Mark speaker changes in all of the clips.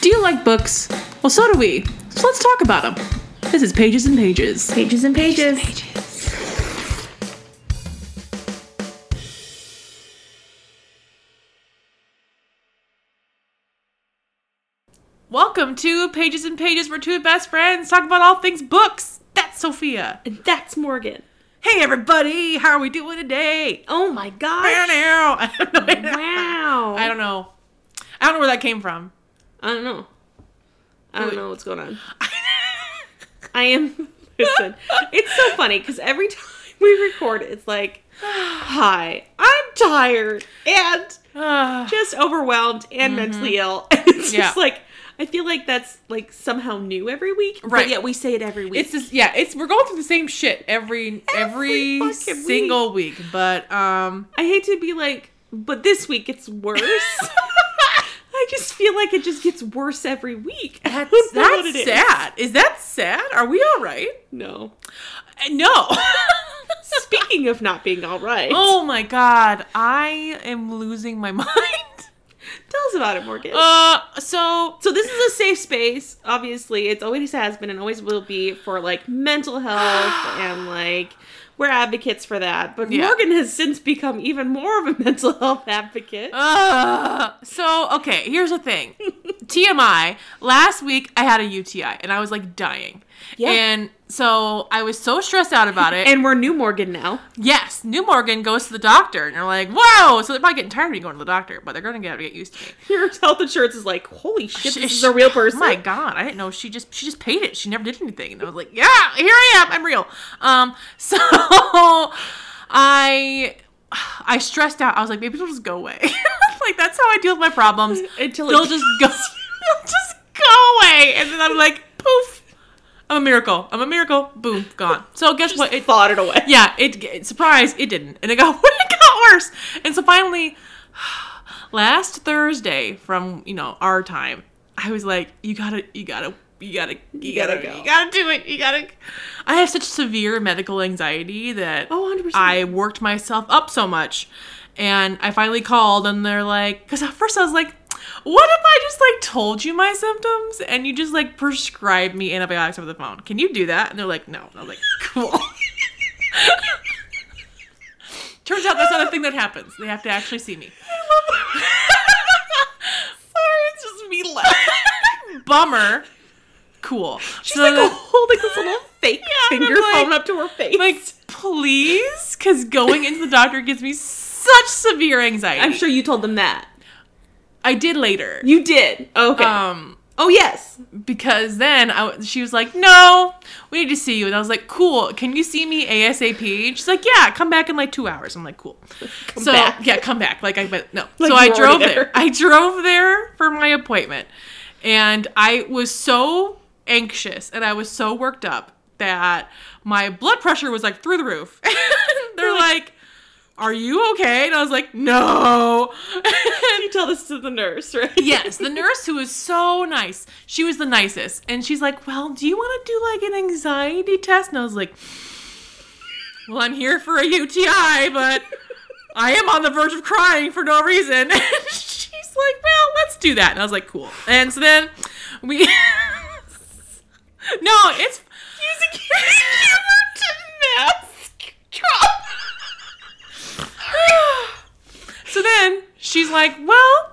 Speaker 1: Do you like books? Well, so do we. So let's talk about them. This is Pages and Pages.
Speaker 2: Pages and pages.
Speaker 1: Welcome to Pages and Pages, where two best friends talk about all things books. That's Sophia.
Speaker 2: And that's Morgan.
Speaker 1: Hey, everybody. How are we doing today?
Speaker 2: Oh my
Speaker 1: I
Speaker 2: gosh.
Speaker 1: don't know.
Speaker 2: Wow.
Speaker 1: I don't know. I don't know where that came from.
Speaker 2: I don't know. I don't know what's going on. I am. Listen, it's so funny because every time we record, it's like, hi, I'm tired and
Speaker 1: Ah.
Speaker 2: just overwhelmed and mentally ill. And it's
Speaker 1: Mm-hmm. Yeah.
Speaker 2: just like, I feel like that's like somehow new every week.
Speaker 1: Right.
Speaker 2: But yet we say it every week.
Speaker 1: It's just yeah, it's we're going through the same shit every every,
Speaker 2: Every fucking
Speaker 1: single week. but um
Speaker 2: I hate to be like, but this week it's worse. I just feel like it just gets worse every week. I
Speaker 1: that's,
Speaker 2: don't know what it
Speaker 1: that's
Speaker 2: is.
Speaker 1: sad. Is. that sad? Are we all right?
Speaker 2: No.
Speaker 1: Uh, No.
Speaker 2: Speaking of not being all right,
Speaker 1: oh my god, I am losing my mind.
Speaker 2: tell us about it, Morgan.
Speaker 1: Uh so
Speaker 2: so this is a safe space. Obviously, it's always has been and always will be for like mental health and like we're advocates for that. But
Speaker 1: Yeah.
Speaker 2: Morgan has since become even more of a mental health advocate.
Speaker 1: Uh, so okay, here's the thing. TMI. Last week I had a UTI and I was like dying.
Speaker 2: Yeah.
Speaker 1: And so I was so stressed out about it.
Speaker 2: and we're new Morgan now.
Speaker 1: Yes, New Morgan goes to the doctor, and they're like, "Whoa!" So they're probably getting tired of me going to the doctor, but they're going to have to get used to me.
Speaker 2: Your health insurance is like, holy shit,
Speaker 1: She-
Speaker 2: this is
Speaker 1: she-
Speaker 2: a real person.
Speaker 1: Oh my god, I didn't know she just she just paid it. She never did anything, and I was like, "Yeah, here I am. I'm real." Um, so I I stressed out. I was like, maybe it'll just go away. like that's how I deal with my problems.
Speaker 2: Until it
Speaker 1: They'll just go. they'll just go away, and then I'm like, poof. I'm a miracle. I'm a miracle. Boom, gone. So guess what? It
Speaker 2: thought it away.
Speaker 1: yeah, it, it surprised it didn't, and it got it got worse. And so finally, last Thursday from you know our time, I was like, you gotta, you gotta, you gotta, you, gotta,
Speaker 2: gotta go.
Speaker 1: you gotta do it. You gotta. I have such severe medical anxiety that
Speaker 2: Oh, 100%.
Speaker 1: I worked myself up so much, and I finally called, and they're like, because at first I was like. What if I just like told you my symptoms and you just like prescribed me antibiotics over the phone? Can you do that? And they're like, no. And I was like, cool. Turns out that's not a thing that happens. They have to actually see me.
Speaker 2: Sorry, it's just me laughing.
Speaker 1: Bummer. Cool.
Speaker 2: She's like
Speaker 1: the-
Speaker 2: holding this little fake
Speaker 1: uh, Yeah, and I'm
Speaker 2: finger
Speaker 1: like-
Speaker 2: phone up to her face.
Speaker 1: like, please, because going into the doctor gives me such severe anxiety.
Speaker 2: I'm sure you told them that.
Speaker 1: I did later.
Speaker 2: You did. Okay.
Speaker 1: Um,
Speaker 2: oh yes.
Speaker 1: because then I, w- she was like, "No, we need to see you," and I was like, "Cool, can you see me ASAP?" And she's like, "Yeah, come back in like two hours." I'm like, "Cool." so
Speaker 2: back.
Speaker 1: yeah, come back. Like I but no.
Speaker 2: Like,
Speaker 1: so I
Speaker 2: you're
Speaker 1: drove
Speaker 2: already
Speaker 1: there.
Speaker 2: there.
Speaker 1: I drove there for my appointment, and I was so anxious and I was so worked up that my blood pressure was like through the roof. They're like. Are you okay? And I was like, no.
Speaker 2: You tell this to the nurse, right?
Speaker 1: Yes, the nurse who was so nice. She was the nicest. And she's like, Well, do you want to do like an anxiety test? And I was like, Well, I'm here for a UTI, but I am on the verge of crying for no reason. And she's like, Well, let's do that. And I was like, Cool. And so then we. no, it's. Using humor to mask so then she's like, Well,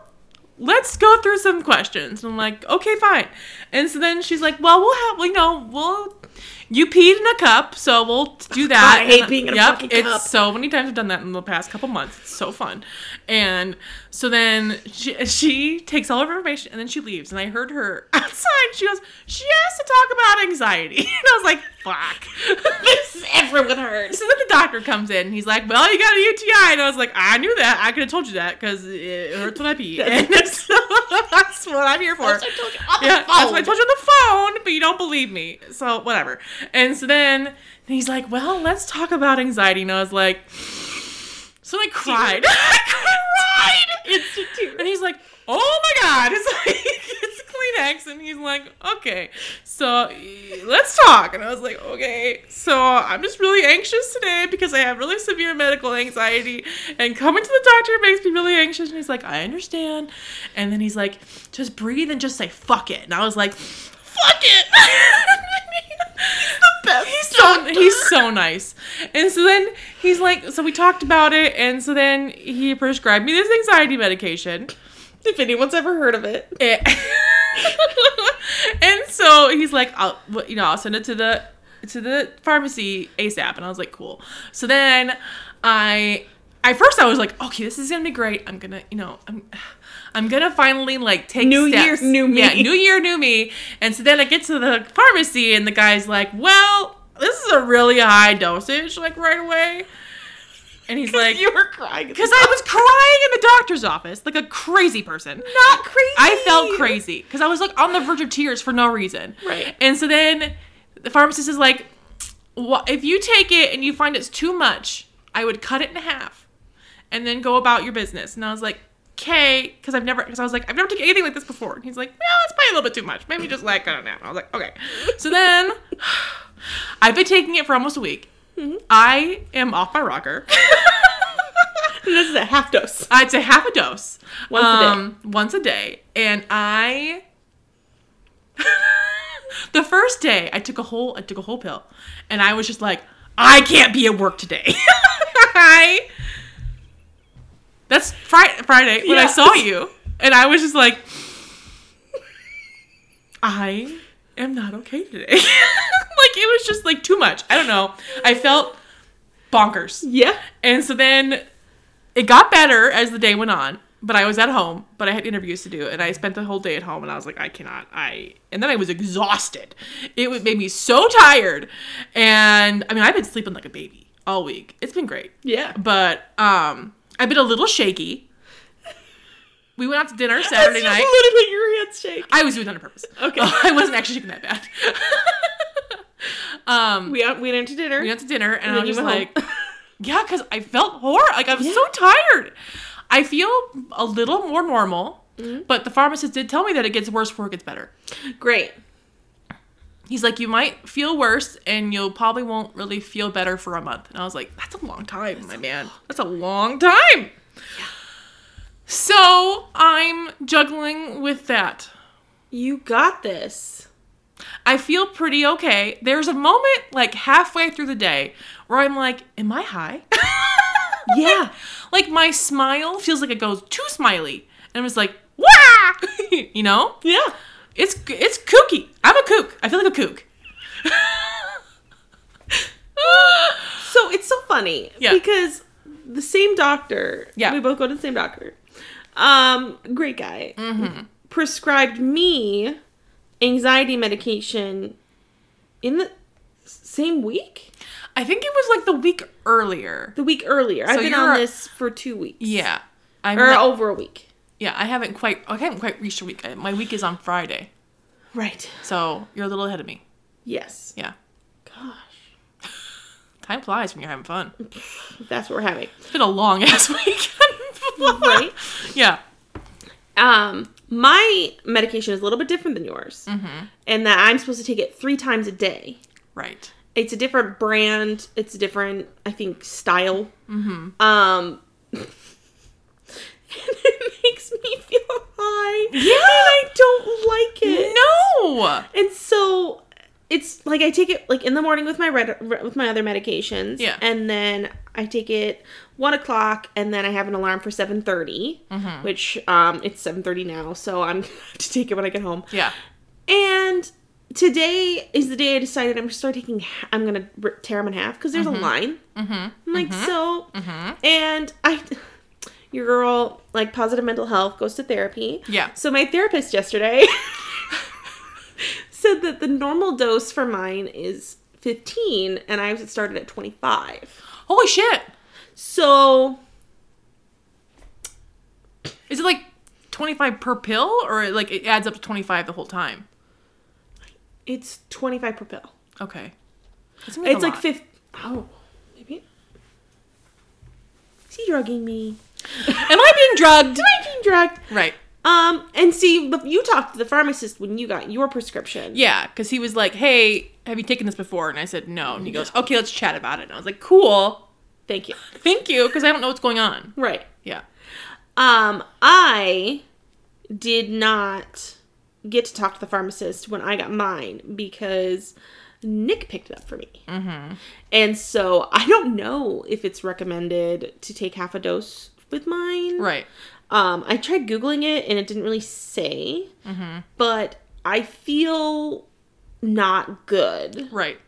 Speaker 1: let's go through some questions. And I'm like, okay, fine. And so then she's like, well, we'll have, well, you know, we'll, you peed in a cup, so we'll do that.
Speaker 2: I hate
Speaker 1: And-
Speaker 2: peeing in a
Speaker 1: yep,
Speaker 2: fucking
Speaker 1: it's
Speaker 2: cup.
Speaker 1: So many times I've done that in the past couple months. It's so fun. And so then she, she takes all of her information and then she leaves. And I heard her outside. She goes, she has to talk about anxiety. And I was like, fuck. this
Speaker 2: Everyone hurts.
Speaker 1: so then the doctor comes in and he's like, Well, you got a UTI. And I was like, I knew that. I could have told you that because it hurts when I pee. And so that's what I'm here for.
Speaker 2: That's what I told you on the
Speaker 1: yeah, That's what I
Speaker 2: phone.
Speaker 1: told you on the phone, but you don't believe me. So whatever. And so then and he's like, Well, let's talk about anxiety. And I was like, So I cried. I cried.
Speaker 2: Institute.
Speaker 1: And he's like, oh my god, it's like it's Kleenex, and he's like, okay. So let's talk. And I was like, okay. So I'm just really anxious today because I have really severe medical anxiety. And coming to the doctor makes me really anxious. And he's like, I understand. And then he's like, just breathe and just say, fuck it. And I was like, fuck it. He's so, he's so nice. And so then he's like, so we talked about it, and so then he prescribed me this anxiety medication.
Speaker 2: If anyone's ever heard of it.
Speaker 1: Eh. and so he's like, I'll, you know, I'll send it to the to the pharmacy ASAP. And I was like, cool. So then I, at first I was like, okay, this is gonna be great. I'm gonna, you know, I'm. I'm gonna finally like take
Speaker 2: New
Speaker 1: steps.
Speaker 2: year, new me.
Speaker 1: Yeah, new year, new me. And so then I get to the pharmacy, and the guy's like, "Well, this is a really high dosage, like right away." And he's like,
Speaker 2: you were crying.
Speaker 1: because I was crying in the doctor's office like a crazy person.
Speaker 2: not crazy.
Speaker 1: I felt crazy because I was like on the verge of tears for no reason.
Speaker 2: Right.
Speaker 1: And so then the pharmacist is like, "Wha- if you take it and you find it's too much, I would cut it in half and then go about your business. And I was like, okay, because I've never, because I was like, I've never taken anything like this before. And he's like, well, it's probably a little bit too much. Maybe just like, I don't know. And I was like, okay. So then I've been taking it for almost a week.
Speaker 2: Mm-hmm.
Speaker 1: I am off my rocker.
Speaker 2: This is a half dose.
Speaker 1: Uh, it's a half a dose.
Speaker 2: Once a day.
Speaker 1: a day. Once a day. And I the first day I took a whole I took a whole pill. And I was just like, I can't be at work today. I That's Friday Friday when I
Speaker 2: Yes.
Speaker 1: saw you. And I was just like I am not okay today. like it was just like too much. I don't know. I felt bonkers.
Speaker 2: Yeah.
Speaker 1: And so then it got better as the day went on, but I was at home, but I had interviews to do, and I spent the whole day at home, and I was like, I cannot. I and then I was exhausted. It would- made me so tired, and I mean, I've been sleeping like a baby all week. It's been great,
Speaker 2: Yeah.
Speaker 1: but um, I've been a little shaky. We went out to dinner Saturday
Speaker 2: Saturday
Speaker 1: night.
Speaker 2: Literally, your hands shake.
Speaker 1: I was doing that on purpose.
Speaker 2: Okay.
Speaker 1: I wasn't actually shaking that bad. um,
Speaker 2: We out, we went out to dinner.
Speaker 1: we went to dinner, and,
Speaker 2: and
Speaker 1: I
Speaker 2: then
Speaker 1: was
Speaker 2: you
Speaker 1: just
Speaker 2: went
Speaker 1: like.
Speaker 2: home.
Speaker 1: Yeah, because I felt horror. Like I'm so tired. I feel a little more normal,
Speaker 2: Mm-hmm.
Speaker 1: but the pharmacist did tell me that it gets worse before it gets better.
Speaker 2: Great.
Speaker 1: He's like, you might feel worse, and you'll probably won't really feel better for a month. And I was like, that's a long time, my man. That's a long time. So I'm juggling with that.
Speaker 2: You got this.
Speaker 1: I feel pretty okay. There's a moment like halfway through the day where I'm like, am I high?
Speaker 2: Yeah.
Speaker 1: like my smile feels like it goes too smiley and i'm just like wah you know
Speaker 2: Yeah.
Speaker 1: it's it's kooky i'm a kook i feel like a kook
Speaker 2: So it's so funny
Speaker 1: Yeah.
Speaker 2: because the same doctor.
Speaker 1: Yeah.
Speaker 2: We both go to the same doctor. Um, great guy.
Speaker 1: Mm-hmm.
Speaker 2: Prescribed me anxiety medication in the same week,
Speaker 1: i think it was like the week earlier
Speaker 2: the week earlier. I've
Speaker 1: So
Speaker 2: been
Speaker 1: you're-
Speaker 2: on this for two weeks.
Speaker 1: yeah i'm
Speaker 2: or
Speaker 1: not-
Speaker 2: over a week.
Speaker 1: yeah i haven't quite i haven't quite reached a week I- my week is on friday
Speaker 2: Right.
Speaker 1: so you're a little ahead of me
Speaker 2: Yes.
Speaker 1: yeah
Speaker 2: Gosh,
Speaker 1: time flies when you're having fun
Speaker 2: that's what we're having.
Speaker 1: it's been a long ass week
Speaker 2: Right.
Speaker 1: yeah
Speaker 2: Um, my medication is a little bit different than yours,
Speaker 1: Mm-hmm.
Speaker 2: and that I'm supposed to take it three times a day.
Speaker 1: right
Speaker 2: It's a different brand. It's a different, I think, style. Mm-hmm. Um, and it makes me feel high. Yeah, and I don't like it.
Speaker 1: no
Speaker 2: and so it's like I take it like in the morning with my red re- with my other medications.
Speaker 1: Yeah.
Speaker 2: and then I take it one o'clock, and then I have an alarm for seven
Speaker 1: Mm-hmm.
Speaker 2: which um it's seven thirty now, so I'm gonna have to take it when I get home.
Speaker 1: yeah
Speaker 2: And today is the day I decided I'm gonna start taking. h- I'm gonna r- tear them in half because there's a line. Mm-hmm. Like so,
Speaker 1: Mm-hmm.
Speaker 2: and I, your girl, like positive mental health goes to therapy.
Speaker 1: Yeah.
Speaker 2: So my therapist yesterday said that the normal dose for mine is 15, and I started at 25.
Speaker 1: holy shit
Speaker 2: So
Speaker 1: Is it like 25 per pill or like it adds up to 25 the whole time?
Speaker 2: it's 25 per pill.
Speaker 1: Okay. That seems
Speaker 2: It's
Speaker 1: a
Speaker 2: like
Speaker 1: lot.
Speaker 2: fifth. Oh, maybe. Is he drugging me?
Speaker 1: Am I being drugged?
Speaker 2: Am I being drugged?
Speaker 1: Right.
Speaker 2: Um, and see, but you talked to the pharmacist when you got your prescription.
Speaker 1: Yeah, because he was like, "Hey, have you taken this before?" And I said, "No." And he goes, "Okay, let's chat about it." And I was like, "Cool,
Speaker 2: Thank you.
Speaker 1: thank you," because I don't know what's going on.
Speaker 2: Right.
Speaker 1: Yeah.
Speaker 2: Um, I did not get to talk to the pharmacist when I got mine because Nick picked it up for me.
Speaker 1: Mm-hmm.
Speaker 2: And so I don't know if it's recommended to take half a dose with mine.
Speaker 1: Right.
Speaker 2: Um, I tried Googling it and it didn't really say,
Speaker 1: Mm-hmm.
Speaker 2: but I feel not good
Speaker 1: Right.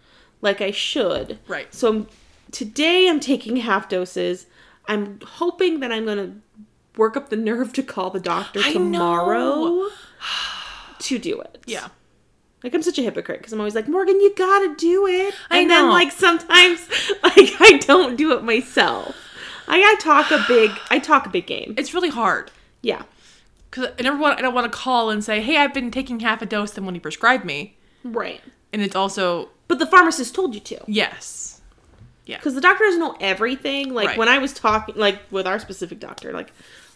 Speaker 2: like I should.
Speaker 1: Right.
Speaker 2: So I'm- today I'm taking half doses. I'm hoping that I'm going to work up the nerve to call the doctor
Speaker 1: I
Speaker 2: tomorrow
Speaker 1: know.
Speaker 2: to do it.
Speaker 1: Yeah.
Speaker 2: Like I'm such a hypocrite because I'm always like, Morgan, you gotta do it.
Speaker 1: I
Speaker 2: and then
Speaker 1: know.
Speaker 2: like sometimes like I don't do it myself. I, I talk a big I talk a big game.
Speaker 1: It's really hard
Speaker 2: Yeah.
Speaker 1: because I never want I don't want to call and say, "Hey, I've been taking half a dose than when he prescribed me,"
Speaker 2: Right.
Speaker 1: and it's also
Speaker 2: But the pharmacist told you to.
Speaker 1: yes.
Speaker 2: Because the doctor doesn't know everything. Like
Speaker 1: Right.
Speaker 2: when I was talking like with our specific doctor, like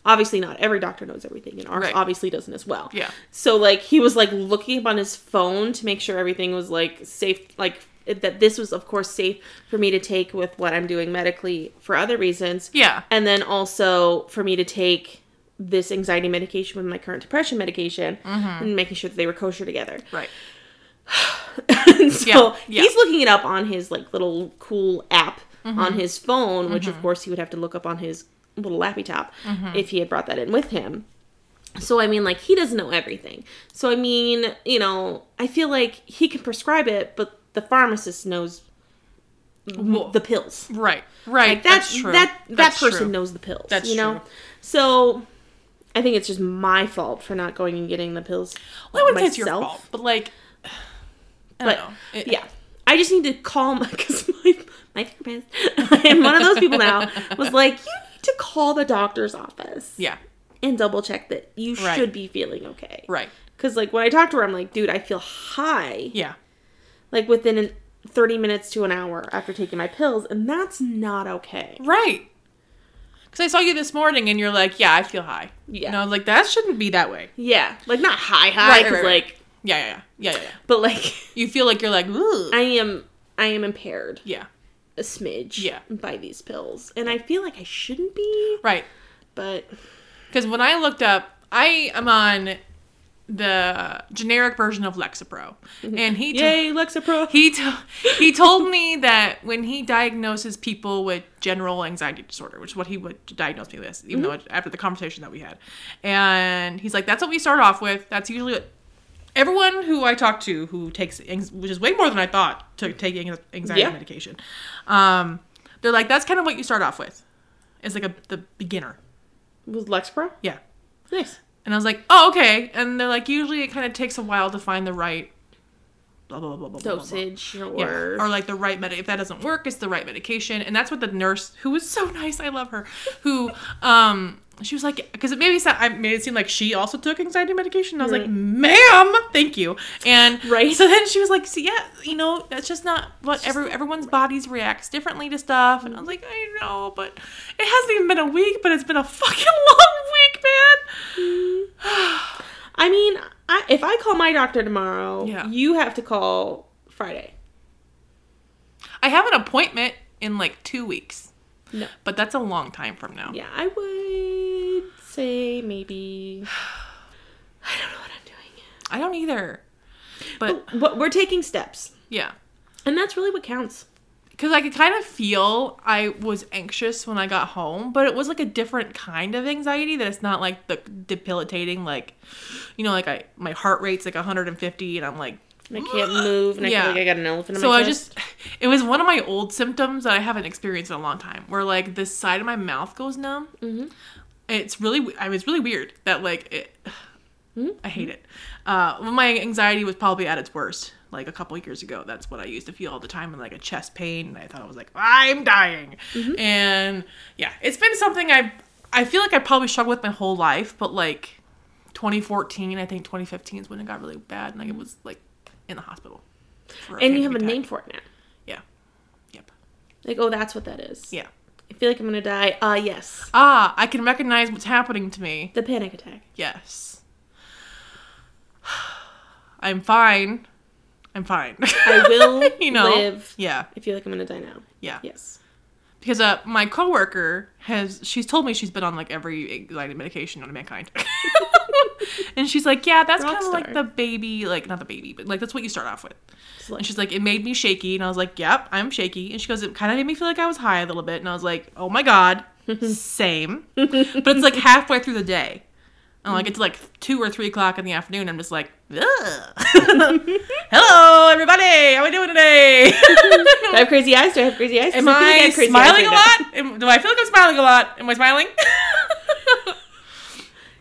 Speaker 2: obviously not every doctor knows everything and ours
Speaker 1: Right.
Speaker 2: obviously doesn't as well.
Speaker 1: Yeah.
Speaker 2: So like he was like looking up on his phone to make sure everything was like safe, like that this was of course safe for me to take with what I'm doing medically for other reasons,
Speaker 1: Yeah.
Speaker 2: and then also for me to take this anxiety medication with my current depression medication,
Speaker 1: Mm-hmm.
Speaker 2: and making sure that they were kosher together.
Speaker 1: Right.
Speaker 2: And
Speaker 1: Yeah,
Speaker 2: so
Speaker 1: yeah. Mm-hmm.
Speaker 2: he's looking it up on his like little cool app on his phone, which of course he would have to look up on his little laptop
Speaker 1: Mm-hmm.
Speaker 2: if he had brought that in with him. So I mean, like he doesn't know everything. So I mean, you know, I feel like he can prescribe it, but the pharmacist knows
Speaker 1: Well,
Speaker 2: the pills.
Speaker 1: Right. Right.
Speaker 2: Like that,
Speaker 1: that's true.
Speaker 2: that that
Speaker 1: That's
Speaker 2: person
Speaker 1: true.
Speaker 2: knows the pills.
Speaker 1: That's
Speaker 2: you know.
Speaker 1: true.
Speaker 2: So I think it's just my fault for not going and getting the pills.
Speaker 1: Well, I wouldn't say it's your
Speaker 2: myself.
Speaker 1: fault, but like, I
Speaker 2: But
Speaker 1: don't know. It-
Speaker 2: yeah, I just need to call my because my my therapist and one of those people now was like, you need to call the doctor's office
Speaker 1: Yeah.
Speaker 2: and double check that you
Speaker 1: Right.
Speaker 2: should be feeling okay.
Speaker 1: Right.
Speaker 2: Because like when I talked to her, I'm like, dude, I feel high.
Speaker 1: Yeah.
Speaker 2: Like within an, 30 minutes to an hour after taking my pills, and that's not okay.
Speaker 1: Right. Because I saw you this morning and you're like, yeah, I feel high.
Speaker 2: Yeah.
Speaker 1: And I was like, that shouldn't be that way.
Speaker 2: Yeah, like not high high,
Speaker 1: Right, right,
Speaker 2: 'cause,
Speaker 1: right, right.
Speaker 2: like,
Speaker 1: Yeah, yeah, yeah. Yeah, yeah, yeah.
Speaker 2: but like
Speaker 1: You feel like you're like, ooh.
Speaker 2: I am I am impaired
Speaker 1: yeah.
Speaker 2: a smidge
Speaker 1: Yeah.
Speaker 2: by these pills, and I feel like I shouldn't be,
Speaker 1: Right.
Speaker 2: but
Speaker 1: Because when I looked up, I am on the generic version of Lexapro.
Speaker 2: Mm-hmm.
Speaker 1: And he, t-
Speaker 2: yay Lexapro.
Speaker 1: he, t- he told me that when he diagnoses people with general anxiety disorder, which is what he would diagnose me with, even though it- after the conversation that we had. And he's like, that's what we start off with. That's usually what everyone who I talk to who takes, anx- which is way more than I thought, to take anx- anxiety
Speaker 2: Yeah.
Speaker 1: medication. Um, they're like, that's kind of what you start off with. It's like a the beginner.
Speaker 2: Was Lexapro?
Speaker 1: Yeah.
Speaker 2: Nice.
Speaker 1: And I was like, oh, okay. And they're like, usually it kind of takes a while to find the right blah, blah, blah, blah, blah, blah, blah.
Speaker 2: Dosage
Speaker 1: Yeah.
Speaker 2: or
Speaker 1: Or like the right med. If that doesn't work, it's the right medication. And that's what the nurse, who was so nice, I love her, who, um, she was like, because it made me sound, I made it seem like she also took anxiety medication. And I was
Speaker 2: Right.
Speaker 1: like, ma'am, thank you. And
Speaker 2: Right.
Speaker 1: so then she was like, see, yeah, you know, that's just not what every everyone's bodies reacts differently to stuff. And I was like, I know, but it hasn't even been a week, but it's been a fucking long week, man.
Speaker 2: I mean, I, if I call my doctor tomorrow,
Speaker 1: Yeah.
Speaker 2: you have to call Friday.
Speaker 1: I have an appointment in like two weeks,
Speaker 2: No.
Speaker 1: but that's a long time from now.
Speaker 2: Yeah, I would say maybe. I don't know what I'm doing.
Speaker 1: I don't either. But
Speaker 2: But what, we're taking steps,
Speaker 1: yeah,
Speaker 2: and that's really what counts.
Speaker 1: because I could kind of feel I was anxious when I got home, but it was like a different kind of anxiety that it's not like the debilitating, like, you know, like I my heart rate's like 150 and I'm like,
Speaker 2: And I can't move, and I
Speaker 1: Yeah.
Speaker 2: feel like I got an elephant. In
Speaker 1: so
Speaker 2: my
Speaker 1: I
Speaker 2: chest.
Speaker 1: just, it was one of my old symptoms that I haven't experienced in a long time, where like this side of my mouth goes numb.
Speaker 2: Mhm.
Speaker 1: It's really, w- I was really weird that like it.
Speaker 2: Mhm.
Speaker 1: I hate it. Uh, when my anxiety was probably at its worst, like a couple years ago, that's what I used to feel all the time, and like a chest pain. And I thought I was like, I'm dying,
Speaker 2: Mm-hmm.
Speaker 1: and yeah, it's been something I, I feel like I probably struggled with my whole life, but like, 2014, I think 2015 is when it got really bad, and like it was like in the hospital. for
Speaker 2: and you have
Speaker 1: panic
Speaker 2: a
Speaker 1: attack.
Speaker 2: name for it now.
Speaker 1: Yeah. Yep.
Speaker 2: Like, oh, that's what that is.
Speaker 1: Yeah.
Speaker 2: I feel like I'm gonna die. Uh, yes.
Speaker 1: Ah, I can recognize what's happening to me.
Speaker 2: The panic attack.
Speaker 1: Yes. I'm fine. I'm fine.
Speaker 2: I will
Speaker 1: you know.
Speaker 2: live.
Speaker 1: Yeah,
Speaker 2: I feel like I'm gonna die now.
Speaker 1: yeah.
Speaker 2: Yes.
Speaker 1: Because uh, my coworker has, she's told me she's been on like every anxiety medication known to mankind. and she's like, yeah, that's kind of like
Speaker 2: Rockstar.
Speaker 1: the baby, like not the baby, but like that's what you start off with.
Speaker 2: It's like-
Speaker 1: And she's like, it made me shaky. And I was like, yep, I'm shaky. And she goes, it kind of made me feel like I was high a little bit. And I was like, oh my God, same. but it's like halfway through the day. And like it's like two or three o'clock in the afternoon. I'm just like, ugh. hello, everybody. How we doing today?
Speaker 2: Do I have crazy eyes? Do I have crazy eyes?
Speaker 1: Am
Speaker 2: 'Cause feel like
Speaker 1: I
Speaker 2: have crazy eyes
Speaker 1: smiling
Speaker 2: right
Speaker 1: a
Speaker 2: now.
Speaker 1: lot? Am- do I feel like I'm smiling a lot? Am I smiling?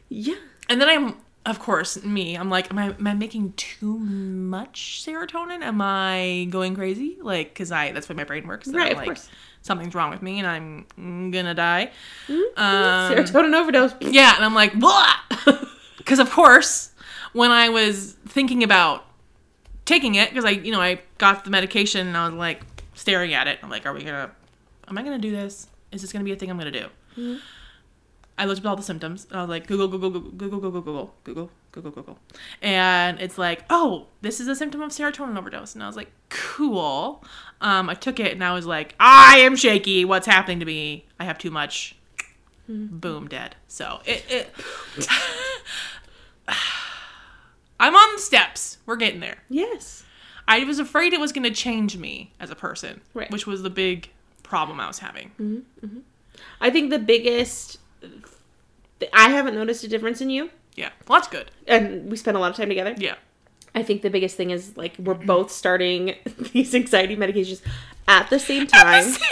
Speaker 2: Yeah.
Speaker 1: and then I'm, of course, me. I'm like, am I, am I making too much serotonin? Am I going crazy? Like, because I that's what my brain works. that
Speaker 2: Right,
Speaker 1: I'm
Speaker 2: of
Speaker 1: Oh, like,
Speaker 2: course.
Speaker 1: Something's wrong with me, and I'm gonna die. Um,
Speaker 2: Serotonin overdose.
Speaker 1: yeah, and I'm like, because of course, when I was thinking about taking it, because I, you know, I got the medication and I was like staring at it. I'm like, are we gonna, am I gonna do this? Is this gonna be a thing I'm gonna do? I looked up all the symptoms and I was like, Google, Google, Google, Google, Google, Google, Google, Google, Google, and it's like, oh, this is a symptom of serotonin overdose, and I was like, cool. Um, I took it and I was like, I am shaky. What's happening to me? I have too much boom dead so it, it i'm on the steps we're getting there
Speaker 2: Yes.
Speaker 1: i was afraid it was going to change me as a person
Speaker 2: Right.
Speaker 1: which was the big problem i was having
Speaker 2: I think the biggest. I haven't noticed a difference in you,
Speaker 1: yeah well that's good
Speaker 2: and we spent a lot of time together.
Speaker 1: yeah
Speaker 2: I think the biggest thing is like we're both starting these anxiety medications at the same time.
Speaker 1: same time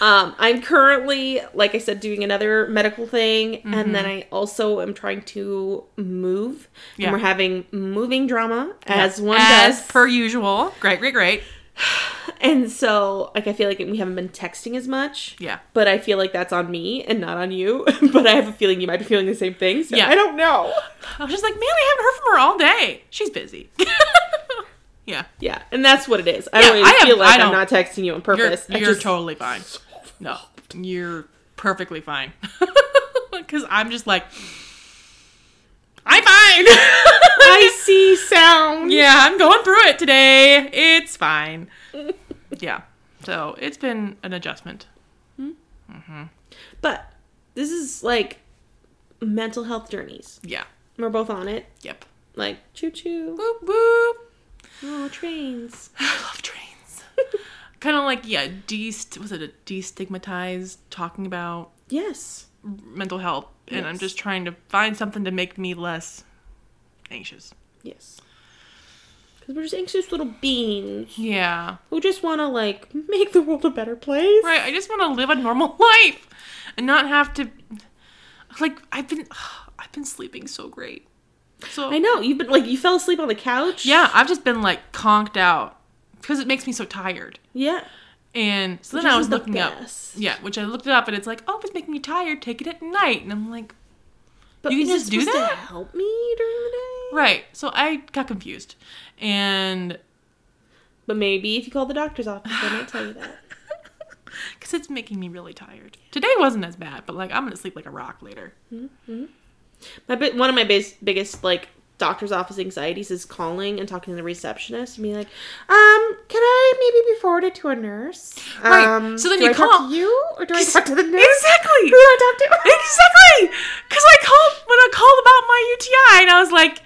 Speaker 2: Um, I'm currently, like I said, doing another medical thing, and then I also am trying to move.
Speaker 1: Mm-hmm. Yeah.
Speaker 2: And we're having moving drama as
Speaker 1: Yeah.
Speaker 2: one
Speaker 1: as
Speaker 2: does.
Speaker 1: per usual great great great
Speaker 2: and so, like, I feel like we haven't been texting as much.
Speaker 1: yeah
Speaker 2: But I feel like that's on me and not on you. but I have a feeling you might be feeling the same thing. So
Speaker 1: Yeah.
Speaker 2: I don't know.
Speaker 1: i was just like man i haven't heard from her all day she's busy yeah
Speaker 2: Yeah, and that's what it is. I
Speaker 1: Yeah,
Speaker 2: don't even
Speaker 1: I have-
Speaker 2: feel like
Speaker 1: I
Speaker 2: I'm
Speaker 1: don't-
Speaker 2: not texting you on
Speaker 1: you're,
Speaker 2: purpose. I
Speaker 1: you're
Speaker 2: just-
Speaker 1: totally fine no you're perfectly fine because i'm just like i'm fine
Speaker 2: I see sound.
Speaker 1: yeah i'm going through it today it's fine yeah so it's been an adjustment
Speaker 2: But this is like mental health journeys.
Speaker 1: yeah
Speaker 2: We're both on it.
Speaker 1: yep
Speaker 2: Like choo choo.
Speaker 1: whoop whoop
Speaker 2: Oh, trains.
Speaker 1: i love trains kind of like yeah dest was it a destigmatized talking about
Speaker 2: Yes.
Speaker 1: mental health and i'm
Speaker 2: Yes.
Speaker 1: just trying to find something to make me less anxious
Speaker 2: Yes. Because we're just anxious little beings
Speaker 1: yeah
Speaker 2: who just want to, like, make the world a better place.
Speaker 1: Right. I just want to live a normal life and not have to. Like I've been, I've been sleeping so great. So
Speaker 2: I know. You've been, like, you fell asleep on the couch.
Speaker 1: yeah, I've just been like conked out because it makes me so tired.
Speaker 2: Yeah.
Speaker 1: And so
Speaker 2: Which
Speaker 1: then I
Speaker 2: isn't
Speaker 1: was
Speaker 2: the
Speaker 1: looking
Speaker 2: best.
Speaker 1: up, yeah, which I looked it up, and it's like, oh, if it's making you tired. Take it at night, and I'm like,
Speaker 2: But
Speaker 1: You can
Speaker 2: is
Speaker 1: just
Speaker 2: it
Speaker 1: do
Speaker 2: supposed
Speaker 1: that?
Speaker 2: To help me during the day.
Speaker 1: right. So I got confused, and
Speaker 2: But maybe if you call the doctor's office, they might tell you that.
Speaker 1: because it's making me really tired. Today wasn't as bad, but like I'm gonna sleep like a rock later.
Speaker 2: My bi- one of my bis- biggest like doctor's office anxieties is calling and talking to the receptionist and being like, um, can I maybe be forwarded to a nurse?
Speaker 1: Right.
Speaker 2: Um,
Speaker 1: So then
Speaker 2: do
Speaker 1: you
Speaker 2: I talk
Speaker 1: call-
Speaker 2: to you or do I talk to the nurse?
Speaker 1: Exactly.
Speaker 2: Who do I talk to?
Speaker 1: Exactly, because I called when I called about my UTI, and I was like,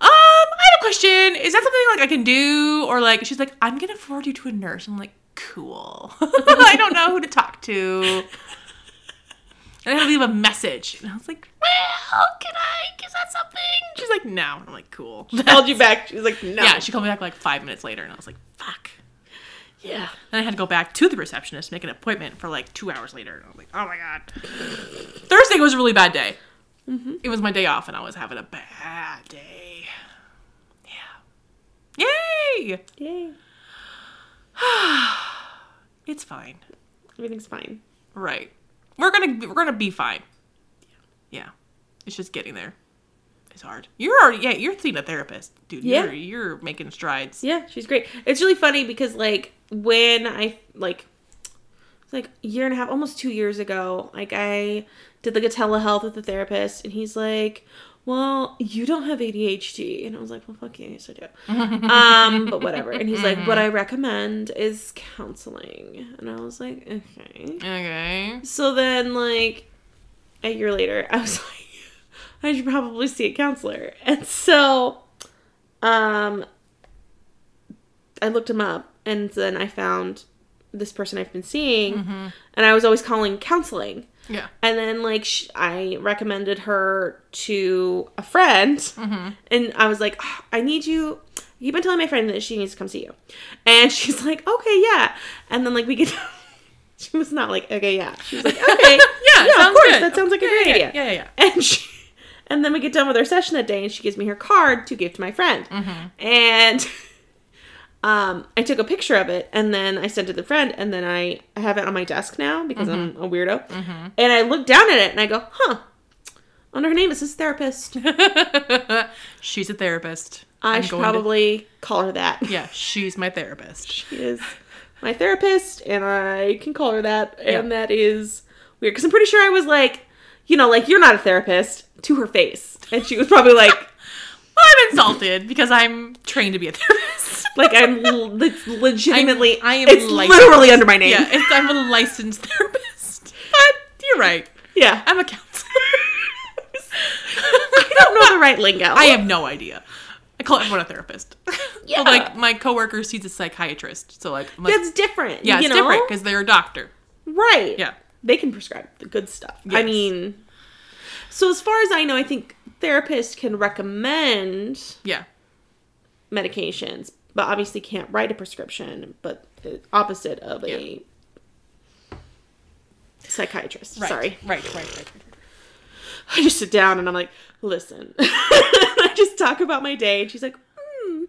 Speaker 1: "Um, I have a question. Is that something like I can do?" Or like, she's like, "I'm gonna forward you to a nurse." I'm like, "Cool. I don't know who to talk to." And I had to leave a message, and I was like, "Well, can I? Is that something?" She's like, "No." And I'm like, "Cool."
Speaker 2: Called you back. She's like, no.
Speaker 1: Yeah, she called me back like five minutes later, and I was like, "Fuck."
Speaker 2: yeah.
Speaker 1: Then I had to go back to the receptionist, to make an appointment for like two hours later. And I was like, oh my God. Thursday was a really bad day.
Speaker 2: Mm-hmm.
Speaker 1: It was my day off, and I was having a bad day. Yeah. Yay!
Speaker 2: Yay.
Speaker 1: It's fine.
Speaker 2: Everything's fine.
Speaker 1: Right. We're gonna we're gonna be fine. Yeah. It's just getting there. It's hard. You're already yeah. You're seeing a therapist, dude.
Speaker 2: Yeah.
Speaker 1: You're, you're making strides.
Speaker 2: Yeah, she's great. It's really funny because like when I like like a year and a half, almost two years ago. Like I did like a telehealth with a therapist, and he's like, "Well, you don't have ADHD," and I was like, "Well, fuck you, yes I do." um, but whatever. And he's like, "What I recommend is counseling," and I was like, "Okay."
Speaker 1: Okay.
Speaker 2: So then, like a year later, I was like, "I should probably see a counselor," and so, um, I looked him up, and then I found this person I've been seeing, and I was always calling counseling.
Speaker 1: Yeah.
Speaker 2: And then, like, sh- I recommended her to a friend,
Speaker 1: Mm-hmm.
Speaker 2: and I was like, "Ah, I need you. You've been telling my friend that she needs to come see you. And she's like, okay, yeah. And then, like, we get, she was not like, okay, yeah. She was like, okay,
Speaker 1: Yeah,
Speaker 2: yeah, of
Speaker 1: sounds
Speaker 2: course,
Speaker 1: good.
Speaker 2: that sounds like a great
Speaker 1: Yeah,
Speaker 2: idea.
Speaker 1: yeah, yeah.
Speaker 2: And she, and then we get done with our session that day, and she gives me her card to give to my friend.
Speaker 1: Mm-hmm.
Speaker 2: And um, I took a picture of it, and then I sent it to the friend, and then I, I have it on my desk now because
Speaker 1: Mm-hmm.
Speaker 2: I'm a weirdo. And I look down at it, and I go, huh. Under her name is this therapist.
Speaker 1: yeah. she's a therapist.
Speaker 2: I
Speaker 1: I'm
Speaker 2: should
Speaker 1: going to-
Speaker 2: probably call her that.
Speaker 1: yeah, she's my therapist.
Speaker 2: She is my therapist, and I can call her that. And
Speaker 1: Yeah.
Speaker 2: that is weird because I'm pretty sure I was like, you know, like you're not a therapist to her face, and she was probably like,
Speaker 1: I'm insulted because I'm trained to be a therapist.
Speaker 2: like I'm l- it's legitimately,
Speaker 1: I'm- I am
Speaker 2: it's
Speaker 1: licensed.
Speaker 2: literally under my name.
Speaker 1: yeah, it's, I'm a licensed therapist. But you're right.
Speaker 2: Yeah.
Speaker 1: I'm a counselor.
Speaker 2: I don't know the right lingo.
Speaker 1: I have no idea. I call everyone a therapist.
Speaker 2: Yeah.
Speaker 1: But like my coworker sees a psychiatrist, so like, I'm like
Speaker 2: That's different.
Speaker 1: yeah,
Speaker 2: you
Speaker 1: it's
Speaker 2: know?
Speaker 1: different because they're a doctor.
Speaker 2: Right.
Speaker 1: Yeah.
Speaker 2: They can prescribe the good stuff. I
Speaker 1: Yes.
Speaker 2: mean, so as far as I know, I think therapists can recommend
Speaker 1: Yeah.
Speaker 2: medications, but obviously can't write a prescription, but the opposite of a psychiatrist.
Speaker 1: Right.
Speaker 2: Sorry.
Speaker 1: Right, right, right. right.
Speaker 2: I just sit down and I'm like, listen. I just talk about my day, and she's like, hmm.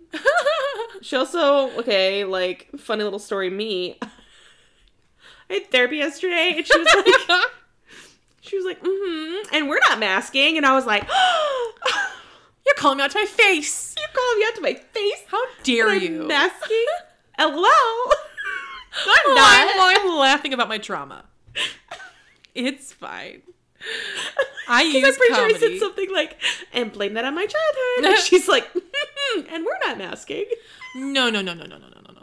Speaker 2: She also, okay, like, funny little story, me. I had therapy yesterday, and she was like, she was like, mm hmm. And we're not masking. And I was like,
Speaker 1: You're calling me out to my face.
Speaker 2: you calling me out to my face?
Speaker 1: How dare
Speaker 2: I'm
Speaker 1: you?
Speaker 2: masking? Oh, Hello?
Speaker 1: I'm,
Speaker 2: not.
Speaker 1: Oh, I'm laughing about my trauma. It's fine. I
Speaker 2: 'Cause
Speaker 1: use
Speaker 2: I'm pretty
Speaker 1: comedy.
Speaker 2: sure I said something like, and blame that on my childhood. And she's like, "Mhm, and we're not masking.
Speaker 1: No, no, no, no, no, no, no, no, no.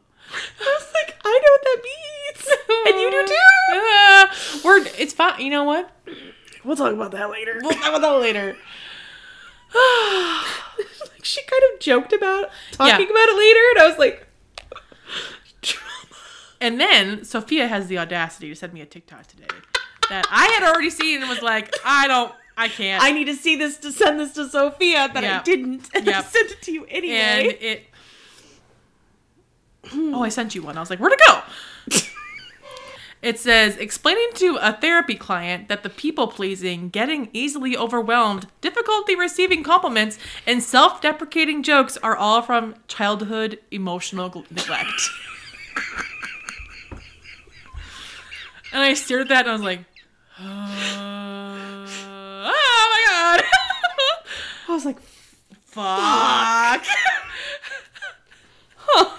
Speaker 2: I was like, I know what that means. And you do too.
Speaker 1: too. Uh, We're it's fine. You know what?
Speaker 2: We'll talk about that later.
Speaker 1: We'll talk about that later.
Speaker 2: like she kind of joked about talking
Speaker 1: Yeah.
Speaker 2: about it later, and I was like, trauma.
Speaker 1: And then Sophia has the audacity to send me a TikTok today that I had already seen and was like, I don't, I can't.
Speaker 2: I need to see this to send this to Sophia, but I
Speaker 1: Yep.
Speaker 2: didn't. And I
Speaker 1: Yep.
Speaker 2: sent it to you
Speaker 1: and
Speaker 2: anyway.
Speaker 1: it. Oh, I sent you one. I was like, where'd it go? It says, explaining to a therapy client that the people pleasing, getting easily overwhelmed, difficulty receiving compliments, and self deprecating jokes are all from childhood emotional gl- neglect. and I stared at that and I was like, uh, oh my god.
Speaker 2: I was like,
Speaker 1: Fuck. Huh.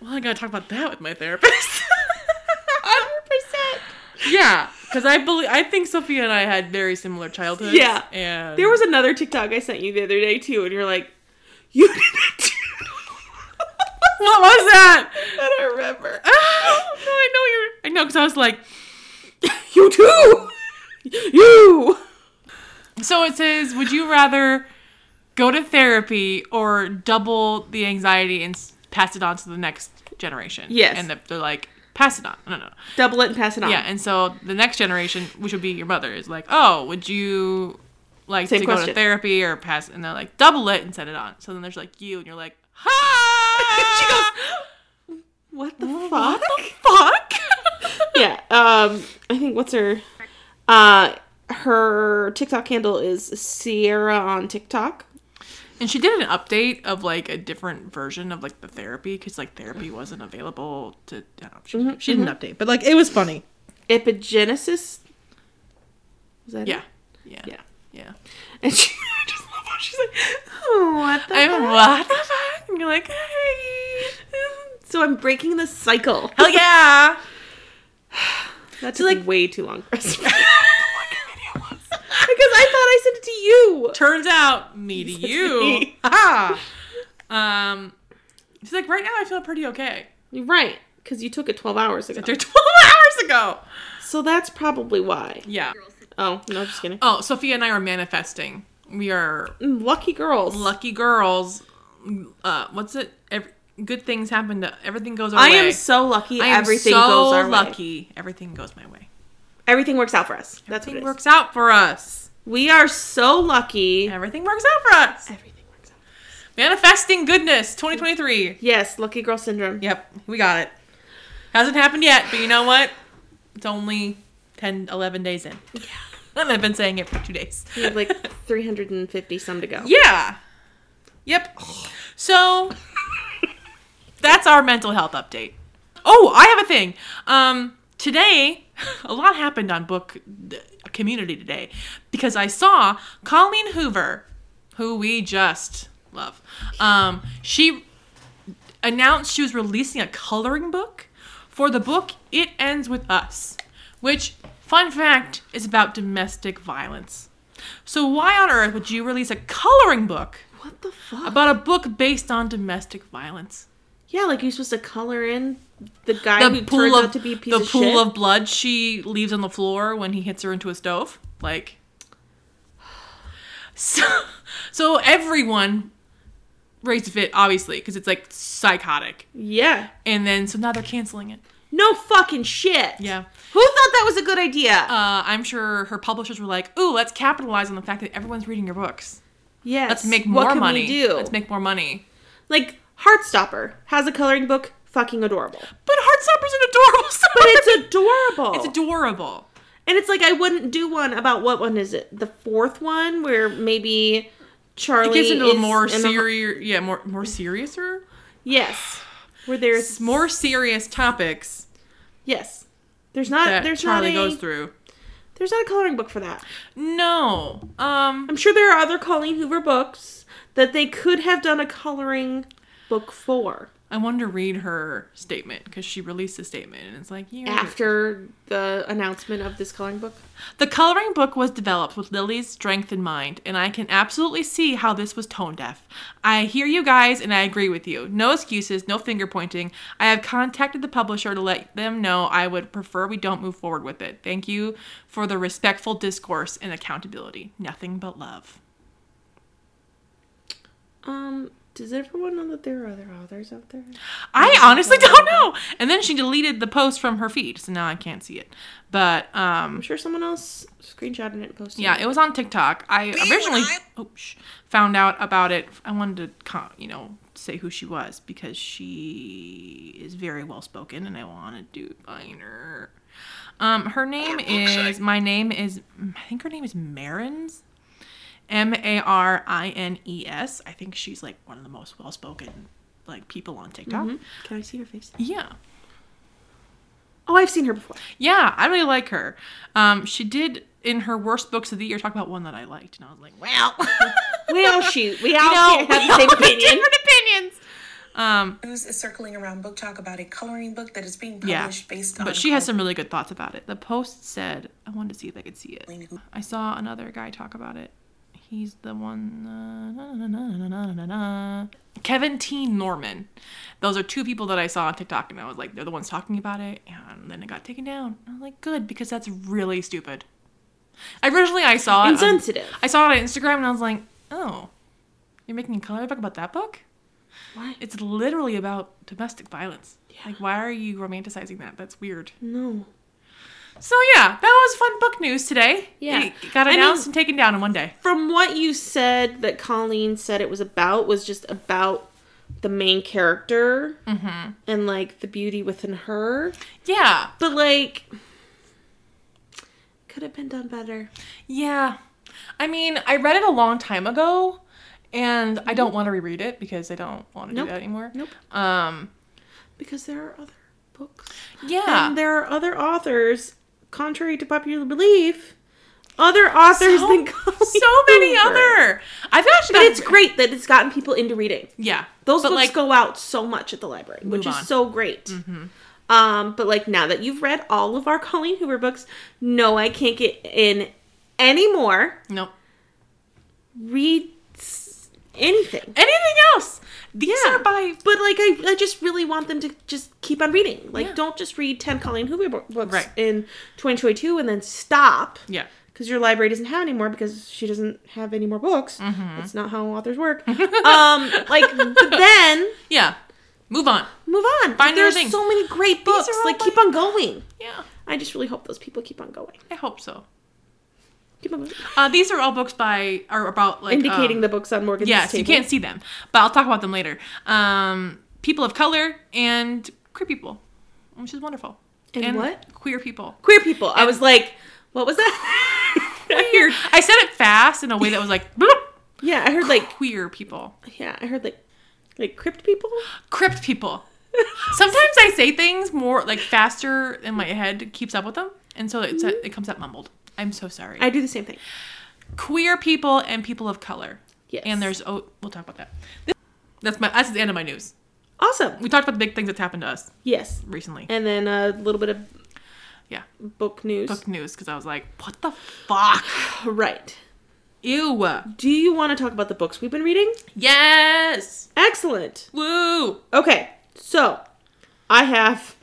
Speaker 1: Well, I gotta talk about that with my therapist.
Speaker 2: hundred percent.
Speaker 1: yeah, because I believe I think Sophia and I had very similar childhoods.
Speaker 2: Yeah.
Speaker 1: and
Speaker 2: There was another TikTok I sent you the other day too, and you're like, you did that too.
Speaker 1: what was that?
Speaker 2: that I remember.
Speaker 1: Oh, no, I know you're. I know because I was like,
Speaker 2: you too. You.
Speaker 1: so it says, would you rather go to therapy or double the anxiety and s- pass it on to the next generation?
Speaker 2: Yes.
Speaker 1: and the, they're like, pass it on. No, no, no.
Speaker 2: Double it and pass it on.
Speaker 1: Yeah, and so the next generation, which would be your mother, is like, oh, would you like
Speaker 2: Same
Speaker 1: to go
Speaker 2: question.
Speaker 1: to therapy or pass? And they're like, double it and send it on. So then there's like you, and you're like, ha!
Speaker 2: What the fuck?
Speaker 1: what the fuck?
Speaker 2: yeah. Um, I think what's her, uh, her TikTok handle is Sierra on TikTok.
Speaker 1: and she did an update of like a different version of like the therapy because like therapy wasn't available to. I don't know, she,
Speaker 2: Mm-hmm.
Speaker 1: she did an update, but like it was funny.
Speaker 2: Epigenesis. Was that it?
Speaker 1: Yeah, yeah,
Speaker 2: Yeah.
Speaker 1: yeah.
Speaker 2: And she I just love how she's like, oh, what the
Speaker 1: I'm
Speaker 2: fuck?
Speaker 1: what the fuck? And you're like, hey,
Speaker 2: So I'm breaking the cycle.
Speaker 1: hell yeah.
Speaker 2: That
Speaker 1: So,
Speaker 2: took
Speaker 1: like-
Speaker 2: way too long for us. to- because I thought I sent it to you.
Speaker 1: Turns out, me to you.
Speaker 2: me.
Speaker 1: Ha! um, she's like, right now I feel pretty okay.
Speaker 2: You're right, because you took it 12 hours ago.
Speaker 1: After 12 hours ago.
Speaker 2: So that's probably why.
Speaker 1: Yeah.
Speaker 2: Oh no, just kidding.
Speaker 1: Oh, Sophia and I are manifesting. We are
Speaker 2: Mm, Lucky girls.
Speaker 1: lucky girls. Uh, what's it? Every, good things happen to everything goes our
Speaker 2: I
Speaker 1: way.
Speaker 2: am so lucky.
Speaker 1: I am
Speaker 2: everything
Speaker 1: so
Speaker 2: goes our way.
Speaker 1: lucky. Everything goes my way.
Speaker 2: Everything works out for us. That's
Speaker 1: Everything
Speaker 2: what it is.
Speaker 1: works out for us.
Speaker 2: We are so lucky.
Speaker 1: Everything works out for us.
Speaker 2: Everything works out.
Speaker 1: Manifesting goodness 2023.
Speaker 2: Yes, lucky girl syndrome.
Speaker 1: Yep, we got it. Hasn't happened yet, but you know what? It's only 10, 11 days in. Yeah. And I've been saying it for two days.
Speaker 2: We have like 350 some to go.
Speaker 1: yeah. Yep. So that's our mental health update. Oh, I have a thing. Um, today, a lot happened on book d- community today because I saw Colleen Hoover, who we just love. Um, she announced she was releasing a coloring book for the book It Ends With Us, which, fun fact, is about domestic violence. So, why on earth would you release a coloring book
Speaker 2: What the fuck?
Speaker 1: about a book based on domestic violence?
Speaker 2: yeah, like you're supposed to color in the guy
Speaker 1: the
Speaker 2: who
Speaker 1: pool
Speaker 2: turns
Speaker 1: of
Speaker 2: out to be a piece
Speaker 1: the
Speaker 2: of
Speaker 1: pool
Speaker 2: shit.
Speaker 1: of blood she leaves on the floor when he hits her into a stove. Like, so, so everyone raised a fit, obviously, because it's like psychotic.
Speaker 2: yeah.
Speaker 1: And then so now they're canceling it.
Speaker 2: No fucking shit.
Speaker 1: Yeah.
Speaker 2: Who thought that was a good idea?
Speaker 1: Uh, I'm sure her publishers were like, "Ooh, let's capitalize on the fact that everyone's reading your books.
Speaker 2: yes.
Speaker 1: Let's make more
Speaker 2: what can
Speaker 1: money.
Speaker 2: We do
Speaker 1: Let's make more money."
Speaker 2: like Heartstopper has a coloring book. Fucking adorable.
Speaker 1: But Heartstopper's an adorable story.
Speaker 2: But it's adorable.
Speaker 1: it's adorable.
Speaker 2: And it's like I wouldn't do one about what one is it? The fourth one where maybe Charlie
Speaker 1: It gets into
Speaker 2: is
Speaker 1: a more
Speaker 2: in a-
Speaker 1: serious, yeah, more more seriouser,
Speaker 2: yes, where there's
Speaker 1: more serious topics
Speaker 2: yes. There's not
Speaker 1: that
Speaker 2: Uh, there's
Speaker 1: Charlie
Speaker 2: not a,
Speaker 1: goes through.
Speaker 2: there's not a coloring book for that.
Speaker 1: No, um,
Speaker 2: I'm sure there are other Colleen Hoover books that they could have done a coloring book for
Speaker 1: I wanted to read her statement because she released a statement, and it's like, yeah.
Speaker 2: after the announcement of this coloring book.
Speaker 1: The coloring book was developed with Lily's strength in mind, and I can absolutely see how this was tone deaf. I hear you guys, and I agree with you. No excuses, no finger pointing. I have contacted the publisher to let them know I would prefer we don't move forward with it. Thank you for the respectful discourse and accountability. Nothing but love.
Speaker 2: Um, does everyone know that there are other authors out there?
Speaker 1: I honestly don't know. And then she deleted the post from her feed, so now I can't see it. But um,
Speaker 2: I'm sure someone else screenshotted it and posted.
Speaker 1: Yeah, it was on TikTok. I originally oh, sh- found out about it. I wanted to, co- you know, say who she was because she is very well spoken, and I want to do find her. Um, her name is my name is I think her name is Marins, M A R I N E S. I think she's like one of the most well spoken like people on TikTok.
Speaker 2: Mm-hmm. Can I see her face?
Speaker 1: Yeah.
Speaker 2: Oh, I've seen her before.
Speaker 1: Yeah, I really like her. Um, she did in her worst books of the year talk about one that I liked, and I was like, well,
Speaker 2: We all shoot. We all
Speaker 1: you know,
Speaker 2: can't have the same
Speaker 1: we all have
Speaker 2: opinion.
Speaker 1: different opinions. Um,
Speaker 3: News is circling around book talk about a coloring book that is being
Speaker 1: yeah,
Speaker 3: published based on.
Speaker 1: but she has some really good thoughts about it. The post said, I wanted to see if I could see it.
Speaker 3: Colleen Hoover.
Speaker 1: I saw another guy talk about it. He's the one. uh, na, na, na, na, na, na, na, na. Kevin T. Norman. Those are two people that I saw on TikTok, and I was like, they're the ones talking about it. And then it got taken down. I was like, good, because that's really stupid. Originally, I saw it. on-
Speaker 2: Insensitive.
Speaker 1: I saw it on Instagram, and I was like, oh, you're making a coloring book about that book?
Speaker 2: Why?
Speaker 1: It's literally about domestic violence. Like, why are you romanticizing that? That's weird.
Speaker 2: No.
Speaker 1: So yeah, that was fun book news today.
Speaker 2: Yeah.
Speaker 1: it got
Speaker 2: I mean-
Speaker 1: announced and taken down in one day.
Speaker 2: From what you said that Colleen said it was about was just about the main character and like the beauty within her.
Speaker 1: Yeah,
Speaker 2: But like could have been done better.
Speaker 1: yeah. I mean, I read it a long time ago, and I don't want to reread it because I don't want to
Speaker 2: Nope.
Speaker 1: do that anymore.
Speaker 2: Nope.
Speaker 1: Um.
Speaker 2: Because there are other books.
Speaker 1: Yeah.
Speaker 2: And there are other authors, contrary to popular belief, other authors
Speaker 1: so,
Speaker 2: than Colleen.
Speaker 1: so many
Speaker 2: Hoover.
Speaker 1: other. I've actually.
Speaker 2: But
Speaker 1: gotten-
Speaker 2: it's great that it's gotten people into reading.
Speaker 1: Yeah.
Speaker 2: Those
Speaker 1: but
Speaker 2: books
Speaker 1: like
Speaker 2: go out so much at the library, which
Speaker 1: Move on. Mm-hmm.
Speaker 2: is so great. Um, but like now that you've read all of our Colleen Hoover books, no, I can't get in anymore.
Speaker 1: Nope.
Speaker 2: Read s- anything.
Speaker 1: Anything else? These
Speaker 2: Yeah.
Speaker 1: are by
Speaker 2: But like I, I just really want them to just keep on reading. Like
Speaker 1: Yeah.
Speaker 2: don't just read 10 Colleen Hoover bo- books
Speaker 1: Right.
Speaker 2: in 2022 and then stop
Speaker 1: yeah.
Speaker 2: because your library doesn't have any more because she doesn't have any more books.
Speaker 1: Mm-hmm.
Speaker 2: That's not how authors work. um like but then
Speaker 1: Yeah. Move on.
Speaker 2: move on. Like,
Speaker 1: Find other
Speaker 2: There's
Speaker 1: things.
Speaker 2: so many great books.
Speaker 1: are all
Speaker 2: Like
Speaker 1: my-
Speaker 2: keep on going.
Speaker 1: Yeah.
Speaker 2: I just really hope those people keep on going.
Speaker 1: I hope so.
Speaker 2: Keep on going.
Speaker 1: Uh, these are all books by are about like
Speaker 2: Indicating
Speaker 1: um,
Speaker 2: the books on Morgan's
Speaker 1: Yes,
Speaker 2: table.
Speaker 1: you can't see them, but I'll talk about them later. Um, people of color and queer people, which is wonderful.
Speaker 2: And what?
Speaker 1: Queer people.
Speaker 2: Queer people. I was like, what was that? I heard.
Speaker 1: I said it fast in a way that was like bloop,
Speaker 2: Yeah, I heard like
Speaker 1: queer people,
Speaker 2: yeah, I heard like like crypt people.
Speaker 1: crypt people. Sometimes I say things more like faster, and my head keeps up with them, and so it's, it comes out mumbled. I'm so sorry.
Speaker 2: Mm-hmm. I do the same thing.
Speaker 1: queer people and people of color.
Speaker 2: Yes.
Speaker 1: And there's oh, we'll talk about that. That's my that's the end of my news.
Speaker 2: awesome.
Speaker 1: We talked about the big things that's happened to us
Speaker 2: Yes.
Speaker 1: recently.
Speaker 2: And then a little bit of
Speaker 1: Yeah.
Speaker 2: book news.
Speaker 1: book news because I was like, what the fuck?
Speaker 2: Right.
Speaker 1: Ew.
Speaker 2: Do you want to talk about the books we've been reading?
Speaker 1: Yes.
Speaker 2: Excellent.
Speaker 1: Woo.
Speaker 2: Okay. So, I have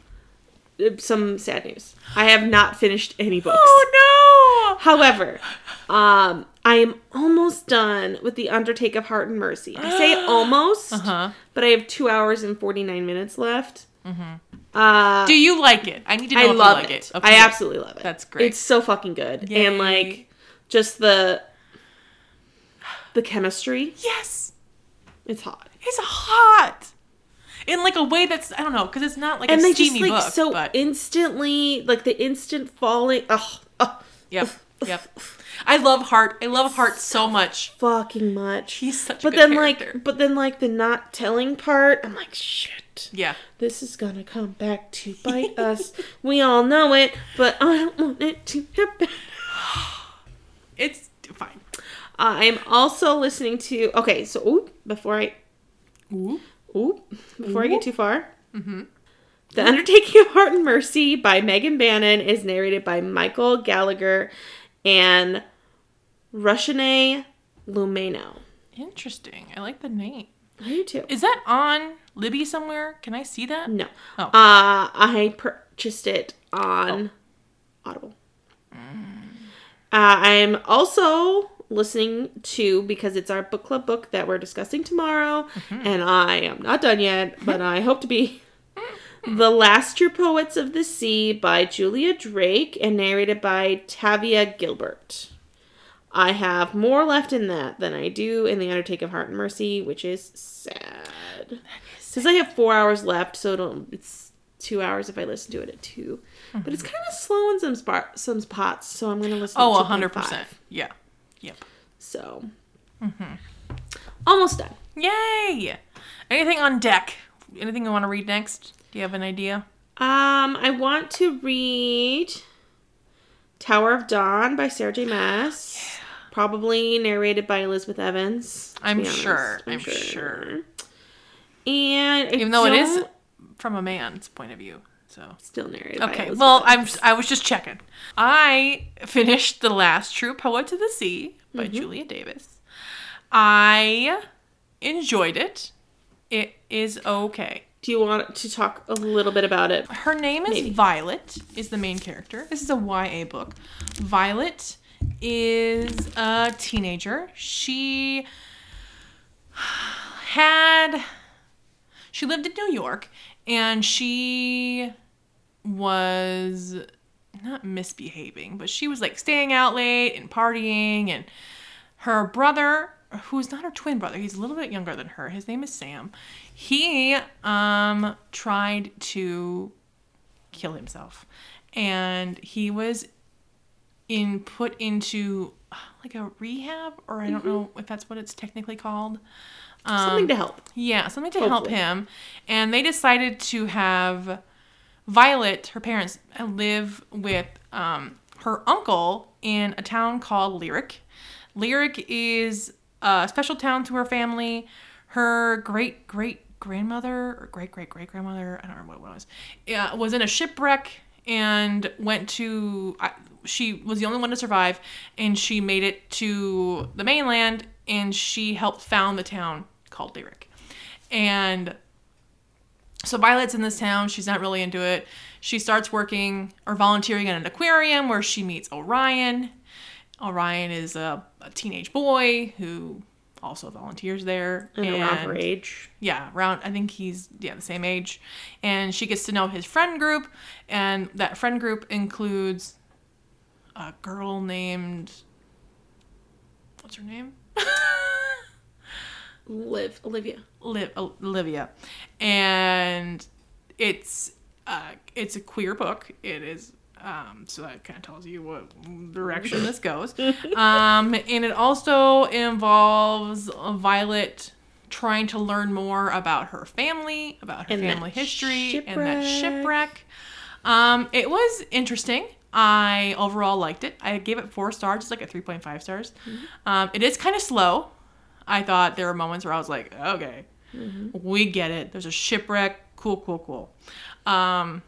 Speaker 2: uh, some sad news. I have not finished any books.
Speaker 1: Oh
Speaker 2: However, um, I am almost done with the Undertake of Heart and Mercy. I say almost,
Speaker 1: no. Huh?
Speaker 2: but I have two hours and forty nine minutes left. Uh,
Speaker 1: Mm-hmm. Do you like it? I need to know
Speaker 2: I
Speaker 1: if you
Speaker 2: love
Speaker 1: like
Speaker 2: it.
Speaker 1: it.
Speaker 2: I absolutely love it.
Speaker 1: That's great.
Speaker 2: It's so fucking good,
Speaker 1: Yay.
Speaker 2: and like just the the chemistry.
Speaker 1: Yes.
Speaker 2: It's hot,
Speaker 1: It's hot. In like a way that's I don't know because it's not like
Speaker 2: and
Speaker 1: a
Speaker 2: they just
Speaker 1: steamy
Speaker 2: like
Speaker 1: book,
Speaker 2: so
Speaker 1: but
Speaker 2: instantly, like the instant falling. Oh,
Speaker 1: yep, yep. I love Hart. I love Hart so much.
Speaker 2: fucking much.
Speaker 1: He's such a
Speaker 2: but
Speaker 1: good
Speaker 2: then
Speaker 1: character.
Speaker 2: like but then like the not telling part i'm like shit
Speaker 1: Yeah,
Speaker 2: this is gonna come back to bite us we all know it but i don't want it to happen
Speaker 1: it's fine.
Speaker 2: i'm also listening to okay so ooh, before i
Speaker 1: Ooh.
Speaker 2: ooh, before i get too far the undertaking of heart and mercy by megan bannon is narrated by michael gallagher and rushine lumeno
Speaker 1: Interesting. I like the name.
Speaker 2: i do too
Speaker 1: Is that on Libby somewhere? Can I see that?
Speaker 2: No.
Speaker 1: Oh.
Speaker 2: Uh, I purchased it on Audible. Uh, I'm also listening to because it's our book club book that we're discussing tomorrow, and I am not done yet, but I hope to be. The Last True Poets of the Sea by Julia Drake and narrated by Tavia Gilbert. I have more left in that than I do in The Undertake of Heart and Mercy, which is sad. Since I have four hours left, so it'll, it's two hours if I listen to it at 2 But it's kind of slow in some spar- some spots, so I'm going to listen.
Speaker 1: Mm-hmm. Oh,
Speaker 2: to
Speaker 1: a hundred
Speaker 2: 2.5.
Speaker 1: percent. Yeah. Yep.
Speaker 2: So,
Speaker 1: Mm-hmm.
Speaker 2: almost done.
Speaker 1: Yay! Anything on deck? Anything you want to read next? Do you have an idea?
Speaker 2: Um, I want to read Tower of Dawn by Sarah J. Mass. Probably narrated by Elizabeth Evans. to
Speaker 1: I'm
Speaker 2: be honest.
Speaker 1: sure. I'm sure.
Speaker 2: And I
Speaker 1: Even though it is
Speaker 2: don't-
Speaker 1: from a man's point of view. So
Speaker 2: still narrated. by
Speaker 1: okay.
Speaker 2: Elizabeth
Speaker 1: Well,
Speaker 2: Evans.
Speaker 1: I'm I was just checking. I finished the last True Poet to the Sea by Julia Davis. I enjoyed it. It is okay.
Speaker 2: Do you want to talk a little bit about it?
Speaker 1: Her name is
Speaker 2: Maybe.
Speaker 1: Violet. Is the main character. This is a YA book. Violet is a teenager. She had she lived in New York and she was not misbehaving, but she was like staying out late and partying and her brother who's not her twin brother he's a little bit younger than her his name is sam he um tried to kill himself and he was in put into uh, like a rehab or i don't know if that's what it's technically called Um,
Speaker 2: Something to help.
Speaker 1: yeah, something to help
Speaker 2: Hopefully.
Speaker 1: him. And they decided to have Violet, her parents, live with um, her uncle in a town called Lyric. Lyric is a special town to her family. Her great great grandmother or great great great grandmother, I don't remember what it was, yeah, was in a shipwreck and went to. I, she was the only one to survive, and she made it to the mainland, and she helped found the town called Lyric, and so Violet's in this town. She's not really into it. She starts working or volunteering at an aquarium where she meets Orion. Orion is a, a teenage boy who also volunteers there.
Speaker 2: And around her age.
Speaker 1: Yeah, around I think he's yeah the same age, and she gets to know his friend group, and that friend group includes a girl named what's her name?
Speaker 2: Liv, Olivia.
Speaker 1: Liv, Olivia, uh, and it's uh, it's a queer book. It is um, so that kind of tells you what direction this goes. Um, and it also involves Violet trying to learn more about her family, about her
Speaker 2: And that
Speaker 1: family history, and that shipwreck. Um, it was interesting. I overall liked it. I gave it four stars, just like a 3.5 stars.
Speaker 2: Mm-hmm.
Speaker 1: Um, it is kind of slow. I thought there were moments where I was like, okay, we get it. There's a shipwreck. Cool, cool, cool. Um,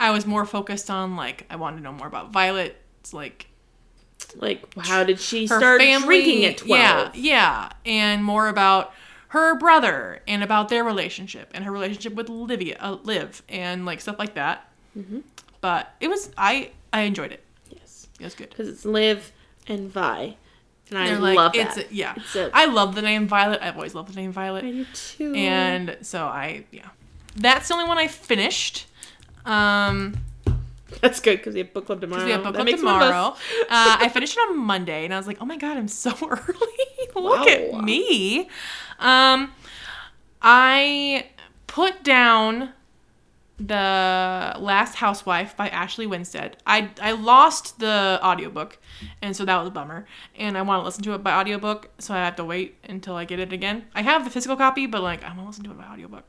Speaker 1: I was more focused on like I wanted to know more about Violet's like
Speaker 2: Like, how did she
Speaker 1: her
Speaker 2: start
Speaker 1: family,
Speaker 2: drinking at
Speaker 1: Yeah,
Speaker 2: 12?
Speaker 1: yeah, and more about her brother and about their relationship and her relationship with Livia, uh, Liv, and like stuff like that.
Speaker 2: Mm-hmm.
Speaker 1: But it was I I enjoyed it.
Speaker 2: Yes.
Speaker 1: It was good.
Speaker 2: Because it's Liv and Vi. And I
Speaker 1: They're like
Speaker 2: love
Speaker 1: it's
Speaker 2: that.
Speaker 1: A, yeah.
Speaker 2: It's a-
Speaker 1: I love the name Violet. I've always loved the name Violet.
Speaker 2: I do too.
Speaker 1: And so I yeah, that's the only one I finished. Um,
Speaker 2: That's good because we have book club tomorrow.
Speaker 1: We have book
Speaker 2: Um, That
Speaker 1: club
Speaker 2: makes one of us.
Speaker 1: tomorrow. uh, I finished it on Monday, and I was like, "Oh my god, I'm so early! Look
Speaker 2: Wow.
Speaker 1: at me." Um, I put down the Last Housewife by Ashley Winstead. I I lost the audiobook, and so that was a bummer. And I want to listen to it by audiobook, so I have to wait until I get it again. I have the physical copy, but like I want to listen to it by audiobook.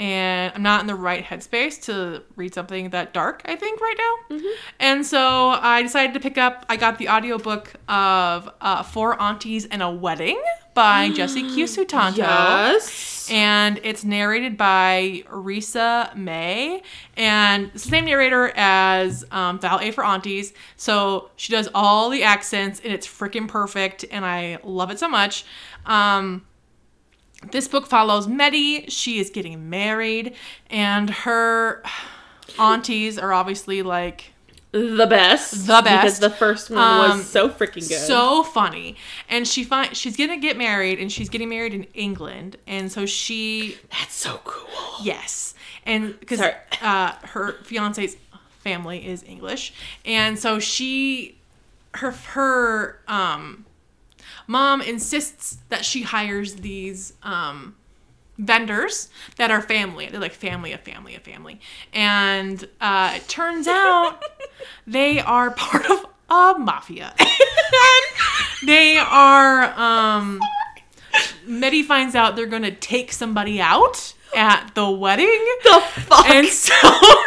Speaker 1: And I'm not in the right headspace to read something that dark, I think, right now. And so I decided to pick up, I got the audiobook of uh, Four Aunties and a Wedding by Jesse Q. Sutanto
Speaker 2: Yes.
Speaker 1: and it's narrated by Risa May, and it's the same narrator as um, Val A for Aunties. So she does all the accents, and it's freaking perfect, and I love it so much. Um, this book follows Meddy. She is getting married, and her aunties are obviously like
Speaker 2: the best.
Speaker 1: The
Speaker 2: Because
Speaker 1: best.
Speaker 2: the first one
Speaker 1: Um,
Speaker 2: was so freaking good.
Speaker 1: so funny. And she find she's gonna get married, and she's getting married in England, and so she
Speaker 2: That's so cool.
Speaker 1: Yes, and because
Speaker 2: Sorry.
Speaker 1: uh, her fiance's family is English, and so she, her her um, mom insists that she hires these um, vendors that are family. They're like family of family of family, and uh, it turns out they are part of a mafia. and they are. Um, Meddy finds out they're gonna take somebody out at the wedding.
Speaker 2: The fuck.
Speaker 1: And so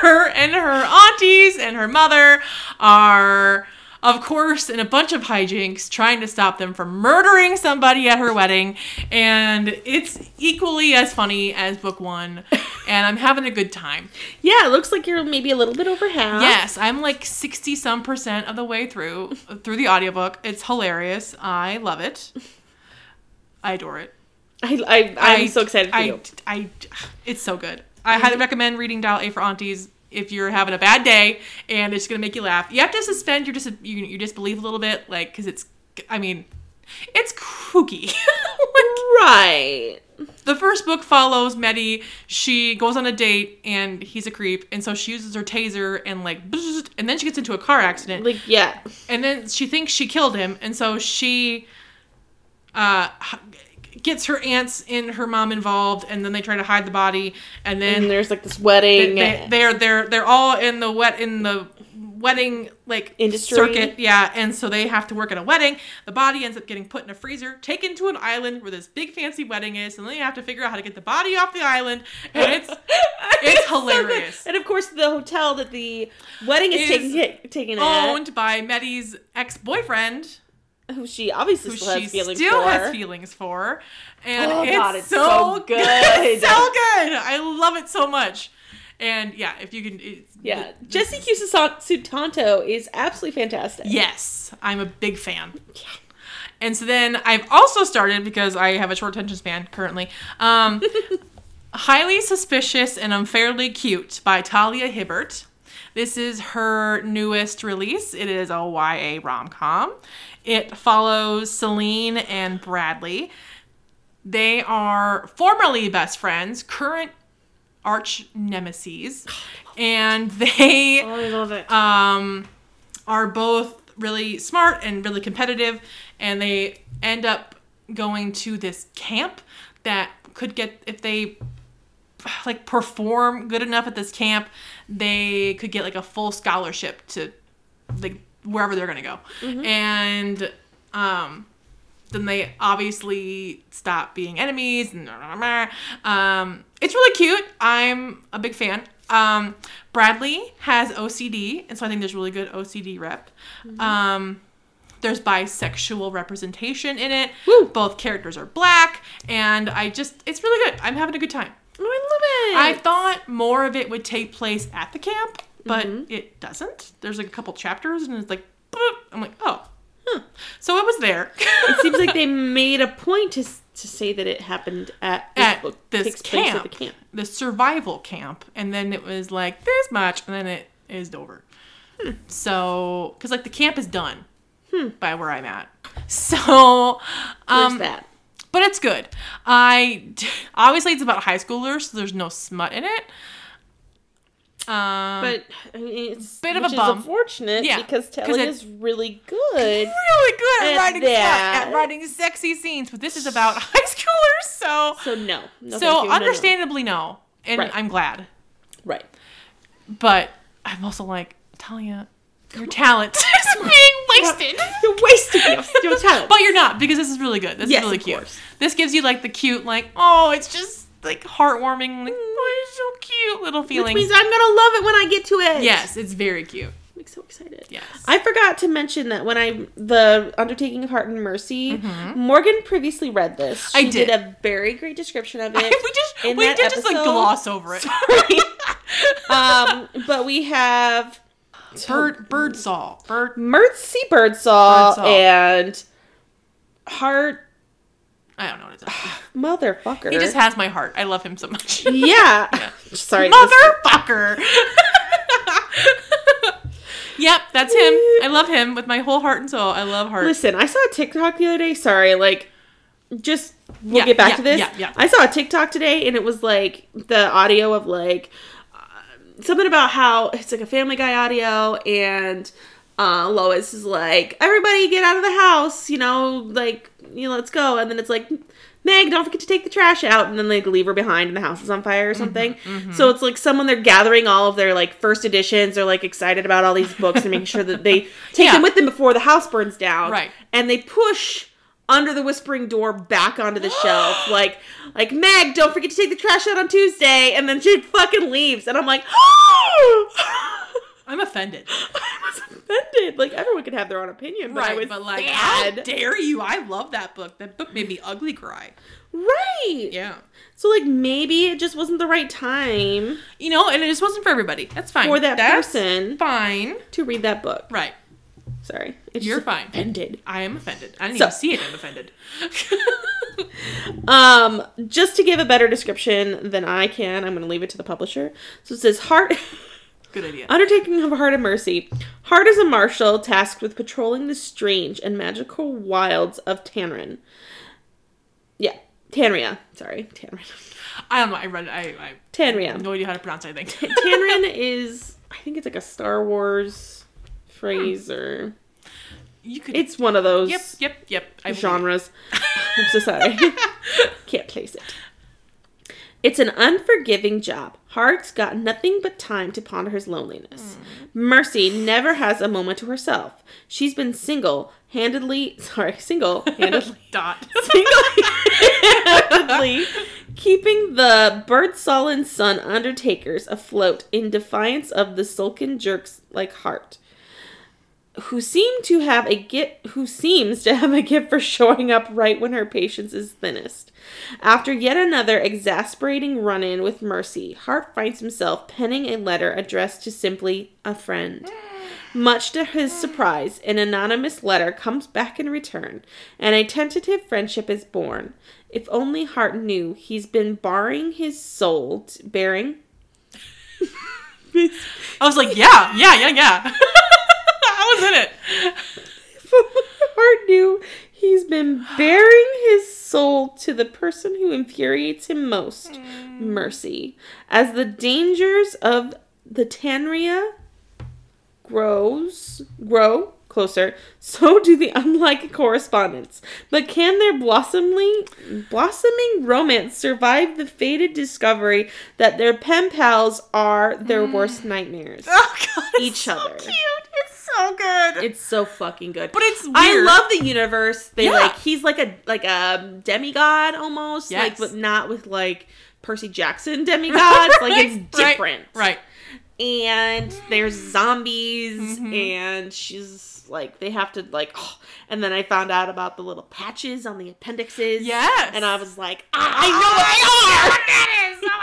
Speaker 1: her and her aunties and her mother are, of course, in a bunch of hijinks trying to stop them from murdering somebody at her wedding. And it's equally as funny as book one. And I'm having a good time.
Speaker 2: yeah, it looks like you're maybe a little bit over half.
Speaker 1: Yes, I'm like 60 some percent of the way through through the audiobook. It's hilarious. I love it. I adore it.
Speaker 2: I, I, I'm so excited for
Speaker 1: I,
Speaker 2: you.
Speaker 1: I, it's so good. I highly recommend reading Dial A for Aunties if you're having a bad day and it's gonna make you laugh. You have to suspend your dis you, your disbelief a little bit, like because it's. I mean, it's kooky. Like,
Speaker 2: Right.
Speaker 1: the first book follows Meddy. She goes on a date and he's a creep, and so she uses her taser and like, bzzzt, and then she gets into a car accident
Speaker 2: Like, yeah.
Speaker 1: and then she thinks she killed him and so she uh h- gets her aunts and her mom involved and then they try to hide the body and then
Speaker 2: And there's like this wedding.
Speaker 1: they, they, are they're they're all in the wet in the wedding like
Speaker 2: Industry.
Speaker 1: circuit yeah and so they have to work at a wedding the body ends up getting put in a freezer taken to an island where this big fancy wedding is and then you have to figure out how to get the body off the island and it's it's
Speaker 2: so good.
Speaker 1: hilarious
Speaker 2: and of course, the hotel that the wedding is,
Speaker 1: Is
Speaker 2: taking taking taken at.
Speaker 1: owned by Meddy's ex-boyfriend
Speaker 2: who she obviously
Speaker 1: who
Speaker 2: still
Speaker 1: she
Speaker 2: has feelings
Speaker 1: still
Speaker 2: for.
Speaker 1: has feelings for. And
Speaker 2: Oh,
Speaker 1: it's,
Speaker 2: God, it's
Speaker 1: so,
Speaker 2: so
Speaker 1: good.
Speaker 2: good.
Speaker 1: it's so good. I love it so much. And yeah, if you can. It's,
Speaker 2: yeah,
Speaker 1: th-
Speaker 2: Jesse Q Sutanto is absolutely fantastic.
Speaker 1: Yes, I'm a big fan. And so then I've also started because I have a short attention span currently. Um, Highly Suspicious and Unfairly Cute by Talia Hibbert. This is her newest release. It is a YA rom com. It follows Celine and Bradley. They are formerly best friends, current arch nemesis, and they
Speaker 2: Oh, I love it.
Speaker 1: um, are both really smart and really competitive, and they end up going to this camp that could get if they like perform good enough at this camp, they could get like a full scholarship to like wherever they're gonna go, and um, then they obviously stop being enemies and um, it's really cute i'm a big fan um, bradley has ocd and so i think there's really good ocd rep um, there's bisexual representation in it
Speaker 2: Woo.
Speaker 1: both characters are black and i just it's really good i'm having a good time
Speaker 2: oh, I love
Speaker 1: I
Speaker 2: it.
Speaker 1: thought more of it would take place at the camp, but it doesn't. There's like a couple chapters, and it's like, boop. I'm like, oh, huh. so it was there.
Speaker 2: it seems like they made a point to s- to say that it happened at
Speaker 1: at
Speaker 2: book
Speaker 1: this
Speaker 2: takes place at
Speaker 1: camp,
Speaker 2: the camp.
Speaker 1: the survival camp, and then it was like this much, and then it is over.
Speaker 2: Hmm.
Speaker 1: So, because like the camp is done by where I'm at, so
Speaker 2: Where's
Speaker 1: um,
Speaker 2: that?
Speaker 1: but it's good. I obviously it's about high schoolers, so there's no smut in it. Um,
Speaker 2: But I mean, it's
Speaker 1: bit of
Speaker 2: which
Speaker 1: a
Speaker 2: is
Speaker 1: bum.
Speaker 2: unfortunate
Speaker 1: Yeah,
Speaker 2: because
Speaker 1: 'cause
Speaker 2: Telly
Speaker 1: it-
Speaker 2: is really good.
Speaker 1: really good at
Speaker 2: at
Speaker 1: writing
Speaker 2: that.
Speaker 1: stuff, at writing sexy scenes, but this is about high schoolers, so
Speaker 2: So no, no thank
Speaker 1: so
Speaker 2: you, no, no.
Speaker 1: understandably no, and
Speaker 2: Right.
Speaker 1: I'm glad,
Speaker 2: right?
Speaker 1: but I'm also like Talia, your talent is being wasted.
Speaker 2: You're wasting your, your talent.
Speaker 1: But you're not because this is really good. This
Speaker 2: Yes,
Speaker 1: is really
Speaker 2: of
Speaker 1: cute.
Speaker 2: course.
Speaker 1: This gives you like the cute, like oh, it's just like heartwarming, like oh, it's so cute little
Speaker 2: Mm. which
Speaker 1: feelings.
Speaker 2: means I'm gonna love it when I get to it.
Speaker 1: yes, it's very cute.
Speaker 2: I'm so excited.
Speaker 1: Yes.
Speaker 2: I forgot to mention that when I the Undertaking of Heart and Mercy, Morgan previously read this. She
Speaker 1: Mm-hmm. I did.
Speaker 2: a very great description of it.
Speaker 1: we just
Speaker 2: in
Speaker 1: we
Speaker 2: that
Speaker 1: did just like
Speaker 2: episode-
Speaker 1: gloss over it.
Speaker 2: um, but we have
Speaker 1: bird birdsall bird
Speaker 2: Mercy Birdsall,
Speaker 1: Birdsall.
Speaker 2: and Heart
Speaker 1: I don't know what it's.
Speaker 2: motherfucker.
Speaker 1: He just has my heart. I love him so much.
Speaker 2: yeah. Sorry, this-
Speaker 1: Motherfucker. yep, that's him. I love him with my whole heart and soul. I love heart.
Speaker 2: Listen, I saw a TikTok the other day. Sorry, like, just we'll
Speaker 1: Yeah,
Speaker 2: get back
Speaker 1: yeah,
Speaker 2: to this.
Speaker 1: yeah, yeah.
Speaker 2: I saw a TikTok today, and it was like the audio of like uh, something about how it's like a Family Guy audio, and uh, Lois is like, "Everybody, get out of the house!" You know, like, you know, let's go. And then it's like. Meg, don't forget to take the trash out, and then they leave her behind, and the house is on fire
Speaker 1: Mm-hmm,
Speaker 2: or something. So it's like someone they're gathering all of their like first editions. They're like excited about all these books and making sure that they take
Speaker 1: Yeah.
Speaker 2: them with them before the house burns down
Speaker 1: Right.
Speaker 2: and they push under the whispering door back onto the shelf like like meg don't forget to take the trash out on tuesday and then she fucking leaves and i'm like
Speaker 1: I'm offended.
Speaker 2: i was offended like everyone could have their own opinion but i was
Speaker 1: but like, how
Speaker 2: sad.
Speaker 1: dare you? I love that book. That book made me ugly cry.
Speaker 2: right
Speaker 1: Yeah.
Speaker 2: so like maybe it just wasn't the right time
Speaker 1: You know, and it just wasn't for everybody. That's fine.
Speaker 2: for that
Speaker 1: That's
Speaker 2: person
Speaker 1: Fine.
Speaker 2: to read that book
Speaker 1: Right.
Speaker 2: sorry it's
Speaker 1: You're
Speaker 2: just
Speaker 1: fine.
Speaker 2: offended
Speaker 1: I am offended. I didn't
Speaker 2: So-
Speaker 1: even see it. I'm offended.
Speaker 2: Um, just to give a better description than I can, I'm going to leave it to the publisher. So it says Heart
Speaker 1: Good idea.
Speaker 2: Undertaking of Heart of Mercy. Heart is a marshal tasked with patrolling the strange and magical wilds of Tanrin. Yeah, Tanria. Sorry, Tanrin.
Speaker 1: I don't know. I read it. I, I have
Speaker 2: Tanria.
Speaker 1: no idea how to pronounce anything.
Speaker 2: Tanrin is I think it's like a Star Wars phrase or
Speaker 1: you could.
Speaker 2: it's one of those
Speaker 1: Yep, yep, yep. I believe it.
Speaker 2: genres of society. Can't place it. It's an unforgiving job. Hart's got nothing but time to ponder his loneliness. Mercy never has a moment to herself. She's been single handedly, sorry, single handedly,
Speaker 1: Dot.
Speaker 2: handedly keeping the Birdsall and Son Undertakers afloat in defiance of the sulken jerks like Hart. who seem to have a gift who seems to have a gift for showing up right when her patience is thinnest. After yet another exasperating run-in with Mercy, Hart finds himself penning a letter addressed to simply a friend. Much to his surprise, an anonymous letter comes back in return, and a tentative friendship is born. If only Hart knew he's been barring his soul, t- bearing
Speaker 1: I was like, yeah, yeah, yeah, yeah. I was in it.
Speaker 2: Hart knew he's been bearing his soul to the person who infuriates him most, Mercy. As the dangers of the Tanria grows grow closer, so do the unlikely correspondence. But can their blossoming blossoming romance survive the fated discovery that their pen pals are their worst nightmares?
Speaker 1: Oh god, it's
Speaker 2: Each
Speaker 1: so
Speaker 2: other.
Speaker 1: Cute. It's so good.
Speaker 2: It's so fucking good.
Speaker 1: but it's weird.
Speaker 2: I love the universe. They
Speaker 1: Yeah.
Speaker 2: like he's like a like a demigod almost, like
Speaker 1: Yes.
Speaker 2: but not with like Percy Jackson demigods. like it's
Speaker 1: Right,
Speaker 2: different,
Speaker 1: Right.
Speaker 2: And there's zombies,
Speaker 1: Mhm.
Speaker 2: and she's like they have to like. oh. and then I found out about the little patches on the appendixes.
Speaker 1: Yes.
Speaker 2: and I was like, ah, I know what they are.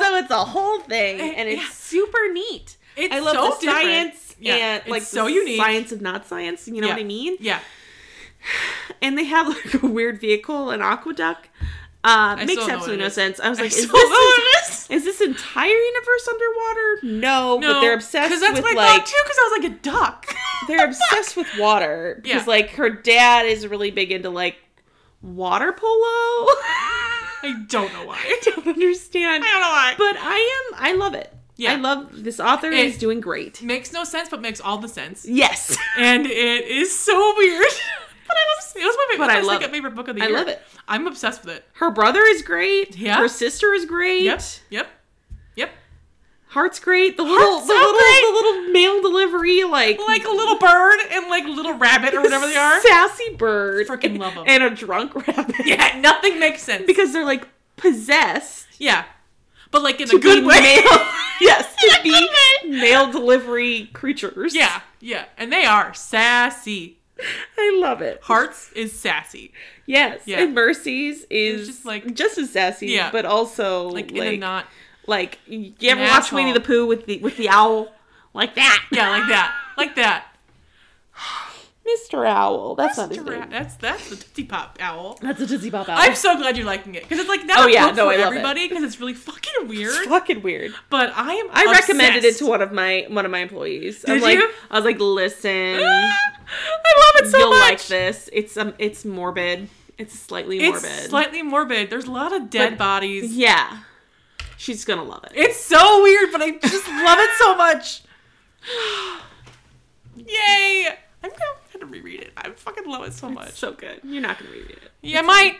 Speaker 2: So it's a whole thing,
Speaker 1: Oh. Eh,
Speaker 2: and it's
Speaker 1: yeah.
Speaker 2: super neat.
Speaker 1: It's
Speaker 2: I love
Speaker 1: so
Speaker 2: the
Speaker 1: different.
Speaker 2: science
Speaker 1: Yeah,
Speaker 2: and
Speaker 1: it's
Speaker 2: like the
Speaker 1: so unique.
Speaker 2: science of not science. You know
Speaker 1: Yeah.
Speaker 2: what I mean?
Speaker 1: Yeah.
Speaker 2: and they have like a weird vehicle, an aqueduct. Uh,
Speaker 1: I
Speaker 2: makes
Speaker 1: still know what
Speaker 2: absolutely
Speaker 1: it
Speaker 2: no
Speaker 1: is.
Speaker 2: sense. I was
Speaker 1: I
Speaker 2: like, is
Speaker 1: still know
Speaker 2: this,
Speaker 1: what it is.
Speaker 2: is this entire universe underwater?
Speaker 1: No,
Speaker 2: No, but they're obsessed
Speaker 1: that's
Speaker 2: with
Speaker 1: what I
Speaker 2: like
Speaker 1: thought too. Because I was like a duck.
Speaker 2: they're obsessed with water
Speaker 1: Yeah.
Speaker 2: because like her dad is really big into like water polo.
Speaker 1: I don't know why.
Speaker 2: I don't understand,
Speaker 1: I don't know why.
Speaker 2: but I am. I love it.
Speaker 1: Yeah.
Speaker 2: I love this author
Speaker 1: It-
Speaker 2: is doing great.
Speaker 1: makes no sense, but makes all the sense.
Speaker 2: Yes,
Speaker 1: and it is so weird. but I was, it was my,
Speaker 2: But
Speaker 1: my
Speaker 2: I love
Speaker 1: second
Speaker 2: it.
Speaker 1: favorite book of the
Speaker 2: I
Speaker 1: year.
Speaker 2: love it.
Speaker 1: I'm obsessed with it.
Speaker 2: Her brother is great.
Speaker 1: Yeah.
Speaker 2: her sister is great.
Speaker 1: Yep. Yep. Yep.
Speaker 2: Heart's great. The little,
Speaker 1: Heart's so
Speaker 2: the little,
Speaker 1: great.
Speaker 2: the little mail delivery, like
Speaker 1: Like a little bird and like little rabbit or whatever they are.
Speaker 2: sassy bird,
Speaker 1: Freaking love 'em.
Speaker 2: and a drunk rabbit.
Speaker 1: Yeah, nothing makes sense.
Speaker 2: because they're like possessed
Speaker 1: yeah, but like in
Speaker 2: to
Speaker 1: a good
Speaker 2: be
Speaker 1: way.
Speaker 2: Mail, yes, to be
Speaker 1: good
Speaker 2: mail delivery creatures.
Speaker 1: Yeah, yeah, and they are sassy.
Speaker 2: I love it.
Speaker 1: Hearts is sassy,
Speaker 2: yes,
Speaker 1: Yeah.
Speaker 2: and mercies is
Speaker 1: just, like-
Speaker 2: just as sassy,
Speaker 1: Yeah.
Speaker 2: but also
Speaker 1: like,
Speaker 2: like
Speaker 1: in a
Speaker 2: like,
Speaker 1: not.
Speaker 2: you ever
Speaker 1: an
Speaker 2: watch
Speaker 1: asshole.
Speaker 2: Winnie the Pooh with the with the owl like that?
Speaker 1: Yeah, like that, like that.
Speaker 2: Mr. Owl. That's not his
Speaker 1: Mr. Ra-
Speaker 2: name.
Speaker 1: That's that's the Tootsie Pop owl.
Speaker 2: That's a Dizzy Bob owl.
Speaker 1: I'm so glad you're liking it because it's like not
Speaker 2: Oh,
Speaker 1: a
Speaker 2: yeah,
Speaker 1: book
Speaker 2: no,
Speaker 1: for
Speaker 2: I love it.
Speaker 1: everybody because it's really fucking
Speaker 2: it's
Speaker 1: weird.
Speaker 2: fucking weird.
Speaker 1: But I am.
Speaker 2: I recommended it
Speaker 1: obsessed.
Speaker 2: to one of my one of my employees. I'm
Speaker 1: Did
Speaker 2: like,
Speaker 1: you?
Speaker 2: I was like, listen,
Speaker 1: Ah, I love it so
Speaker 2: you'll
Speaker 1: much.
Speaker 2: like this. It's um, it's morbid. It's slightly
Speaker 1: It's
Speaker 2: morbid.
Speaker 1: slightly morbid. There's a lot of dead
Speaker 2: But-
Speaker 1: bodies.
Speaker 2: yeah, she's gonna love it.
Speaker 1: It's so weird, but I just love it so much. Yay! I'm gonna have to reread it. I fucking love it so
Speaker 2: It's
Speaker 1: much.
Speaker 2: so good. You're not gonna reread it.
Speaker 1: yeah, I might.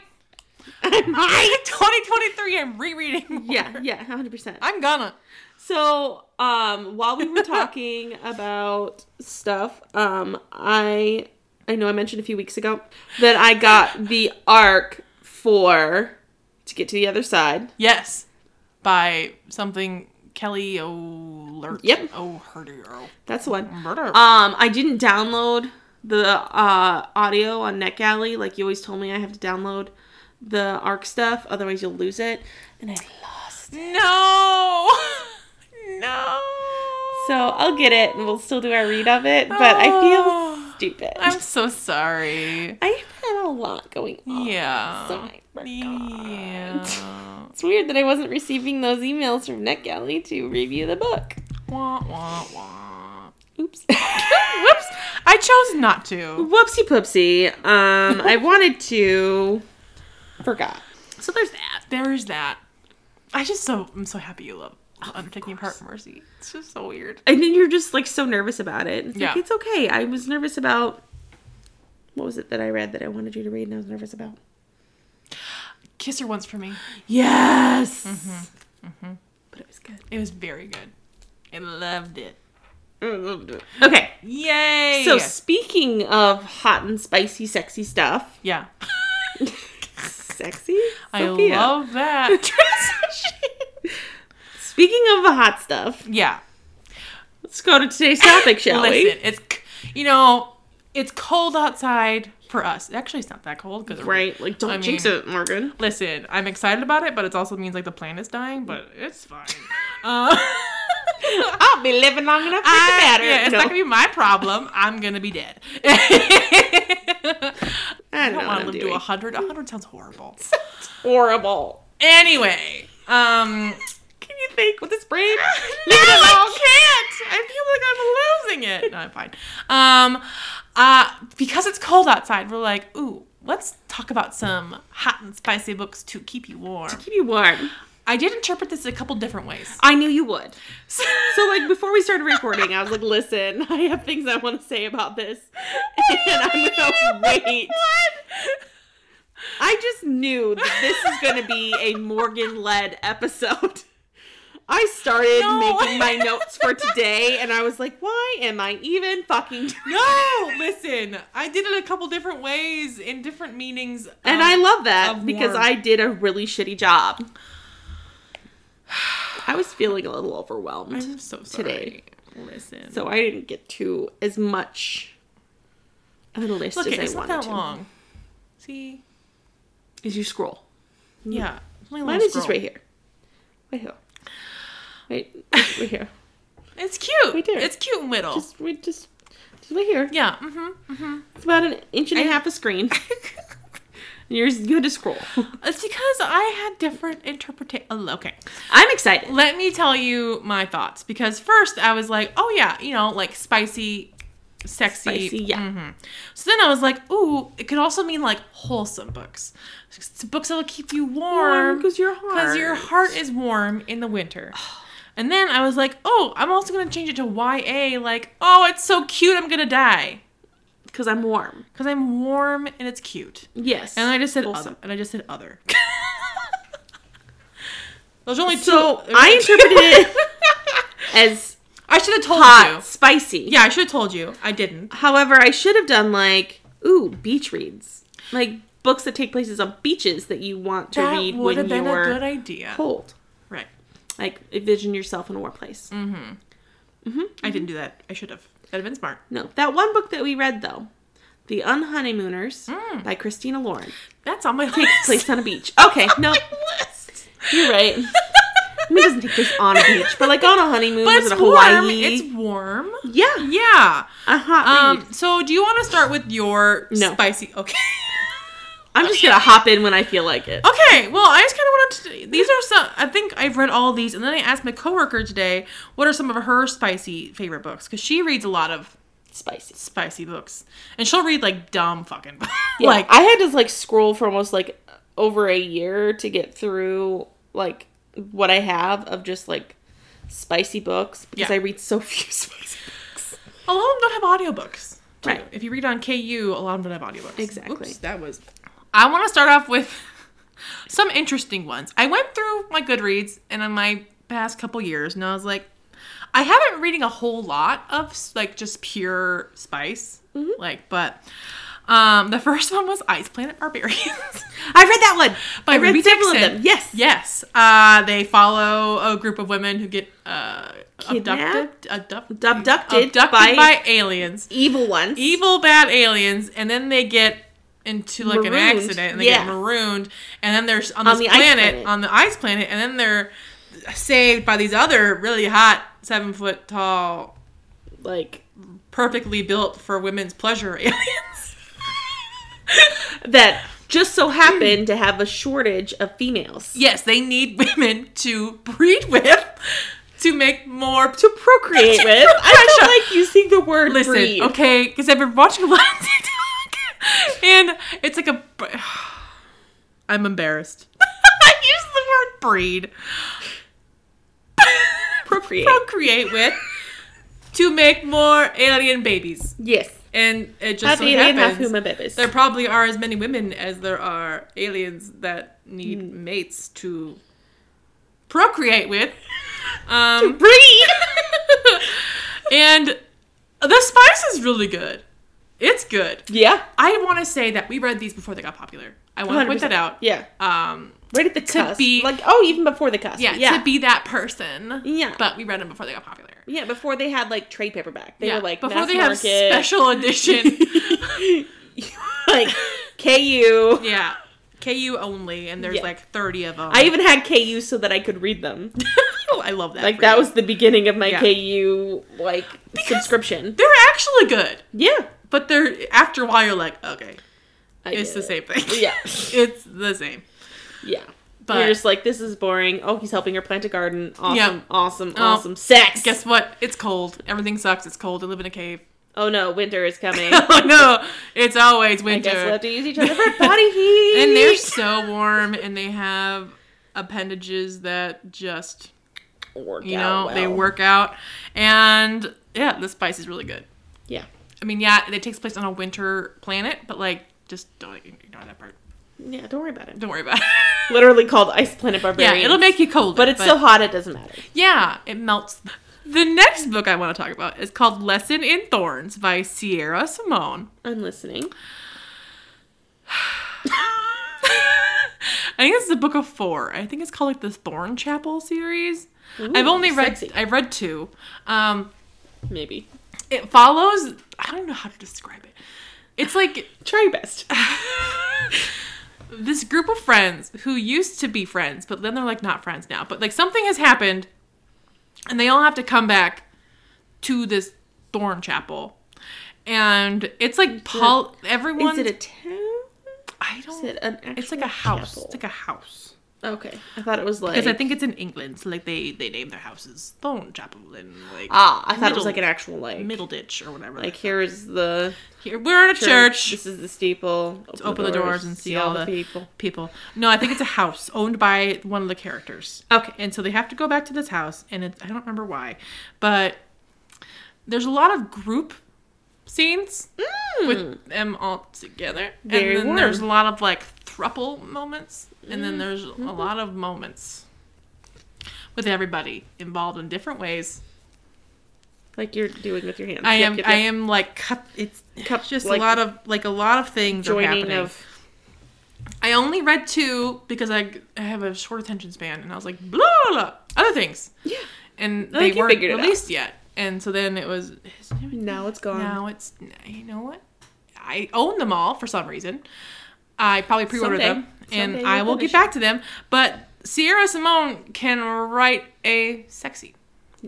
Speaker 2: I might.
Speaker 1: 2023. I'm rereading. more.
Speaker 2: Yeah, yeah, hundred percent.
Speaker 1: I'm gonna.
Speaker 2: So, um, while we were talking about stuff, um, I I know I mentioned a few weeks ago that I got the arc for to get to the other side.
Speaker 1: Yes, by something Kelly O'Lert.
Speaker 2: Yep.
Speaker 1: Oh, herder. Oh,
Speaker 2: That's the one.
Speaker 1: murder.
Speaker 2: Um, I didn't download the uh, audio on NetGalley. Like you always told me, I have to download the ARC stuff, otherwise you'll lose it. And I lost. it.
Speaker 1: no. no.
Speaker 2: So I'll get it, and we'll still do our read of it. But I
Speaker 1: Oh,
Speaker 2: feel stupid.
Speaker 1: I'm so sorry.
Speaker 2: I had a lot going
Speaker 1: Oh,
Speaker 2: on.
Speaker 1: Yeah.
Speaker 2: So I forgot.
Speaker 1: Yeah.
Speaker 2: It's weird that I wasn't receiving those emails from NetGalley to review the book.
Speaker 1: wah, wah, wah.
Speaker 2: Oops.
Speaker 1: Whoops. I chose not to.
Speaker 2: Whoopsie poopsie. Um, I wanted to. Forgot.
Speaker 1: So there's that. There's that. I just so I'm so happy you love Undertaking Part Mercy. It's just so weird.
Speaker 2: and then you're just like so nervous about it. It's like
Speaker 1: Yeah.
Speaker 2: it's okay. I was nervous about what was it that I read that I wanted you to read and I was nervous about.
Speaker 1: Kiss her once for me.
Speaker 2: Yes. Mm-hmm. But it was good.
Speaker 1: It was very good. I loved it.
Speaker 2: I loved it. Okay.
Speaker 1: Yay!
Speaker 2: So speaking of hot and spicy, sexy stuff,
Speaker 1: yeah,
Speaker 2: sexy.
Speaker 1: I
Speaker 2: Sophia.
Speaker 1: love that.
Speaker 2: Speaking of the hot stuff,
Speaker 1: yeah.
Speaker 2: Let's go to today's topic, shall
Speaker 1: Listen,
Speaker 2: we?
Speaker 1: it's c- you know, it's cold outside for us. Actually, it's not that cold because
Speaker 2: Right? Like, don't
Speaker 1: I
Speaker 2: jinx
Speaker 1: mean-
Speaker 2: it, Morgan.
Speaker 1: Listen, I'm excited about it, but it also means like the planet is dying, but it's fine. Uh,
Speaker 2: I'll be living long enough for
Speaker 1: I-
Speaker 2: it to matter.
Speaker 1: yeah, it's
Speaker 2: No.
Speaker 1: not gonna be my problem. I'm gonna be dead.
Speaker 2: I
Speaker 1: I
Speaker 2: don't,
Speaker 1: don't
Speaker 2: want
Speaker 1: want to live to
Speaker 2: doing.
Speaker 1: a hundred. A hundred sounds horrible.
Speaker 2: horrible.
Speaker 1: Anyway, um,
Speaker 2: Can you think with this brain?
Speaker 1: no, I can't. I feel like I'm losing it. No, I'm fine. Um, uh, because it's cold outside, we're like, ooh, let's talk about some hot and spicy books to keep you warm.
Speaker 2: Keep you warm.
Speaker 1: I did interpret this a couple different ways.
Speaker 2: I knew you would.
Speaker 1: So,
Speaker 2: So like before we started recording, I was like, "Listen, I have things I want to say about this, and I'm gonna wait." I just knew that this is gonna be a Morgan-led episode. I started
Speaker 1: No.
Speaker 2: making my notes for today, and I was like, "Why am I even fucking?" doing
Speaker 1: no, listen, I did it a couple different ways in different meanings. um,
Speaker 2: And I love that
Speaker 1: of
Speaker 2: because
Speaker 1: warm.
Speaker 2: I did a really shitty job. I was feeling a little overwhelmed.
Speaker 1: I'm so sorry.
Speaker 2: today.
Speaker 1: Listen.
Speaker 2: So I didn't get to as much of a list
Speaker 1: Look,
Speaker 2: as I
Speaker 1: it's not
Speaker 2: wanted
Speaker 1: that
Speaker 2: to.
Speaker 1: long. See?
Speaker 2: As you scroll.
Speaker 1: Yeah. it's only a
Speaker 2: Mine
Speaker 1: little
Speaker 2: is just
Speaker 1: scroll.
Speaker 2: right here. Right here. Right, right here.
Speaker 1: It's cute.
Speaker 2: Right there.
Speaker 1: It's cute and little.
Speaker 2: Just, we just, just right here.
Speaker 1: yeah. Mm-hmm.
Speaker 2: It's about an inch and a half of screen. And yours, you had to scroll.
Speaker 1: it's because I had different interpretation. Okay.
Speaker 2: I'm excited.
Speaker 1: Let me tell you my thoughts because first I was like, oh yeah, you know, like spicy, sexy.
Speaker 2: Spicy, yeah.
Speaker 1: mhm. So then I was like, ooh, it could also mean like wholesome books. It's books that'll keep you warm.
Speaker 2: Because your heart.
Speaker 1: Because your heart is warm in the winter. And then I was like, oh, I'm also going to change it to YA. Like, oh, it's so cute, I'm going to die.
Speaker 2: Because I'm warm.
Speaker 1: Because I'm warm and it's cute.
Speaker 2: Yes.
Speaker 1: And I just said
Speaker 2: Wholesome.
Speaker 1: other. And I just said other. Those are only two.
Speaker 2: So
Speaker 1: there's
Speaker 2: I
Speaker 1: only two.
Speaker 2: interpreted it as
Speaker 1: I should have told
Speaker 2: hot,
Speaker 1: you.
Speaker 2: spicy.
Speaker 1: Yeah, I should have told you. I didn't.
Speaker 2: However, I should have done like, ooh, beach reads. Like books that take places on beaches that you want to read
Speaker 1: would
Speaker 2: when
Speaker 1: have been a
Speaker 2: you're
Speaker 1: good idea.
Speaker 2: cold.
Speaker 1: Right.
Speaker 2: Like envision yourself in a warm place.
Speaker 1: Mm-hmm.
Speaker 2: Mm-hmm.
Speaker 1: I didn't do that. I should have. That'd have been smart.
Speaker 2: No, that one book that we read though, The Unhoneymooners
Speaker 1: Mm.
Speaker 2: by Christina Lauren,
Speaker 1: That's on my
Speaker 2: takes
Speaker 1: list.
Speaker 2: place on a beach. Okay, no,
Speaker 1: list.
Speaker 2: you're right. I mean, it doesn't take place on a beach, but like on a honeymoon,
Speaker 1: But
Speaker 2: was
Speaker 1: it's
Speaker 2: it
Speaker 1: warm.
Speaker 2: Hawaii?
Speaker 1: It's warm.
Speaker 2: yeah,
Speaker 1: Yeah.
Speaker 2: a hot read.
Speaker 1: Um. So, do you want to start with your
Speaker 2: No.
Speaker 1: spicy? Okay.
Speaker 2: I'm just gonna hop in when I feel like it.
Speaker 1: Okay, well, I just kind of wanted to. These are some. I think I've read all these, and then I asked my coworker today what are some of her spicy favorite books because she reads a lot of
Speaker 2: Spicy.
Speaker 1: spicy books, and she'll read like dumb fucking books.
Speaker 2: Yeah,
Speaker 1: like
Speaker 2: I had to like scroll for almost like over a year to get through like what I have of just like spicy books because
Speaker 1: Yeah.
Speaker 2: I read so few spicy.
Speaker 1: a lot of them don't have audiobooks. too.
Speaker 2: Right.
Speaker 1: If you read on KU, a lot of them don't have audiobooks.
Speaker 2: Exactly.
Speaker 1: that was. I want to start off with some interesting ones. I went through my Goodreads and in my past couple years, and I was like, I haven't been reading a whole lot of like just pure spice,
Speaker 2: Mm-hmm.
Speaker 1: like, but. Um, the first one was Ice Planet Barbarians.
Speaker 2: I read that one.
Speaker 1: By
Speaker 2: I read
Speaker 1: Ruby
Speaker 2: several
Speaker 1: Dixon.
Speaker 2: of them. Yes.
Speaker 1: yes, uh, they follow a group of women who get uh,
Speaker 2: Kidnapped?
Speaker 1: abducted, abducted,
Speaker 2: Abducted by-
Speaker 1: abducted by aliens
Speaker 2: Evil ones.
Speaker 1: evil bad aliens and then they get into like an
Speaker 2: Marooned.
Speaker 1: accident and they
Speaker 2: Yeah.
Speaker 1: get marooned and then they're s- on
Speaker 2: On
Speaker 1: this
Speaker 2: the ice
Speaker 1: planet,
Speaker 2: planet.
Speaker 1: on the ice planet and then they're saved by these other really hot seven foot tall
Speaker 2: Like
Speaker 1: perfectly built for women's pleasure aliens
Speaker 2: that just so happened to have a shortage of females.
Speaker 1: yes they need women to breed with to make more
Speaker 2: To procreate
Speaker 1: To
Speaker 2: with. I
Speaker 1: procreate.
Speaker 2: feel like using the word
Speaker 1: Listen,
Speaker 2: breed.
Speaker 1: okay, because I've been watching a lot of TikTok, and it's like a. I'm embarrassed. I used the word breed,
Speaker 2: Procreate.
Speaker 1: procreate with, to make more alien babies,
Speaker 2: yes.
Speaker 1: and it just
Speaker 2: Half
Speaker 1: so
Speaker 2: alien, half
Speaker 1: happens
Speaker 2: human babies.
Speaker 1: there probably are as many women as there are aliens that need mates to procreate with. Um,
Speaker 2: breed.
Speaker 1: and the spice is really good. It's good.
Speaker 2: yeah.
Speaker 1: I want to say that we read these before they got popular. I want to point that
Speaker 2: 100%.
Speaker 1: out.
Speaker 2: Yeah.
Speaker 1: Um,
Speaker 2: right at the
Speaker 1: To
Speaker 2: cusp.
Speaker 1: be-
Speaker 2: like oh, even before the cusp.
Speaker 1: Yeah,
Speaker 2: yeah,
Speaker 1: to be that person.
Speaker 2: Yeah.
Speaker 1: But we read them before they got popular.
Speaker 2: yeah. Before they had like trade paperback, they
Speaker 1: yeah.
Speaker 2: were like
Speaker 1: before
Speaker 2: mass
Speaker 1: they have
Speaker 2: market,
Speaker 1: special edition.
Speaker 2: like KU.
Speaker 1: yeah. KU only, and there's
Speaker 2: Yeah.
Speaker 1: like 30 of them. Oh,
Speaker 2: I even had KU so that I could read them.
Speaker 1: I love that.
Speaker 2: Like
Speaker 1: for
Speaker 2: that
Speaker 1: you.
Speaker 2: was the beginning of my
Speaker 1: Yeah.
Speaker 2: KU like subscription.
Speaker 1: They're actually good,
Speaker 2: Yeah.
Speaker 1: but they're after a while you're like, okay,
Speaker 2: I
Speaker 1: it's
Speaker 2: get
Speaker 1: the same
Speaker 2: it.
Speaker 1: thing.
Speaker 2: Yeah.
Speaker 1: it's the same.
Speaker 2: Yeah.
Speaker 1: But-
Speaker 2: But you're just like, this is boring. Oh, he's helping her plant a garden. Awesome,
Speaker 1: Yeah.
Speaker 2: awesome,
Speaker 1: Oh,
Speaker 2: awesome. Sex.
Speaker 1: Guess what? It's cold. Everything sucks. It's cold. I live in a cave.
Speaker 2: oh no, winter is coming. I
Speaker 1: oh no, it's always winter.
Speaker 2: guess we'll have to use each other for body heat.
Speaker 1: and they're so warm, and they have appendages that just
Speaker 2: Work
Speaker 1: you know
Speaker 2: out
Speaker 1: they
Speaker 2: well.
Speaker 1: work out. And yeah, the spice is really good.
Speaker 2: Yeah.
Speaker 1: I mean, yeah, it takes place on a winter planet, but like, just don't ignore that part.
Speaker 2: Yeah, don't worry about it.
Speaker 1: Don't worry about it.
Speaker 2: Literally called Ice Planet
Speaker 1: yeah,
Speaker 2: Barbarian.
Speaker 1: it'll make you cold,
Speaker 2: But it's so hot it doesn't matter.
Speaker 1: Yeah, it melts. The next book I want to talk about is called Lesson in Thorns by Sierra Simone.
Speaker 2: I'm listening.
Speaker 1: I think this is a book of four. I think it's called like the Thorn Chapel series. I've only read
Speaker 2: sexy.
Speaker 1: I've read two. Um,
Speaker 2: Maybe.
Speaker 1: it follows I don't know how to describe it. It's like
Speaker 2: Try your best.
Speaker 1: this group of friends who used to be friends, but then they're like not friends now. But like something has happened, and they all have to come back to this thorn chapel, and it's like Paul. Everyone,
Speaker 2: Is it a town?
Speaker 1: I
Speaker 2: Is
Speaker 1: don't.
Speaker 2: it an
Speaker 1: it's
Speaker 2: actual
Speaker 1: like a house.
Speaker 2: chapel?
Speaker 1: It's like a house.
Speaker 2: okay. I thought it was like.
Speaker 1: Because I think it's in England, so like they they name their houses Thorn Chapel and like
Speaker 2: ah, I thought it
Speaker 1: middle-
Speaker 2: was like an actual like.
Speaker 1: Middle Ditch or whatever.
Speaker 2: Like here is the
Speaker 1: here we're in a church.
Speaker 2: This is the steeple. Open,
Speaker 1: open the doors and see all the
Speaker 2: people.
Speaker 1: people. No, I think it's a house owned by one of the characters.
Speaker 2: Okay.
Speaker 1: And so they have to go back to this house, and it, I don't remember why, but there's a lot of group scenes with them all together.
Speaker 2: Mm. Very
Speaker 1: and then
Speaker 2: warm. Mm.
Speaker 1: there's a lot of like thruple moments, and then there's
Speaker 2: Mm-hmm.
Speaker 1: a lot of moments with everybody involved in different ways.
Speaker 2: Like you're doing with your hands.
Speaker 1: I
Speaker 2: Yep,
Speaker 1: am
Speaker 2: yep,
Speaker 1: I
Speaker 2: yep.
Speaker 1: am like cup it's
Speaker 2: Cup-
Speaker 1: just
Speaker 2: like-
Speaker 1: a lot of like a lot of things are
Speaker 2: joining
Speaker 1: happening.
Speaker 2: of.
Speaker 1: I only read two because I, I have a short attention span, and I was like, blah, blah, blah, other things.
Speaker 2: Yeah.
Speaker 1: And
Speaker 2: I
Speaker 1: they
Speaker 2: think you
Speaker 1: weren't
Speaker 2: figured it out.
Speaker 1: released yet. And so then it was, is-
Speaker 2: Now it's gone.
Speaker 1: now it's, you know what? I own them all for some reason. I probably pre ordered
Speaker 2: Someday.
Speaker 1: them, and
Speaker 2: Someday
Speaker 1: I
Speaker 2: you'll
Speaker 1: will get
Speaker 2: finish
Speaker 1: back to them. But Sierra Simone can write a sexy.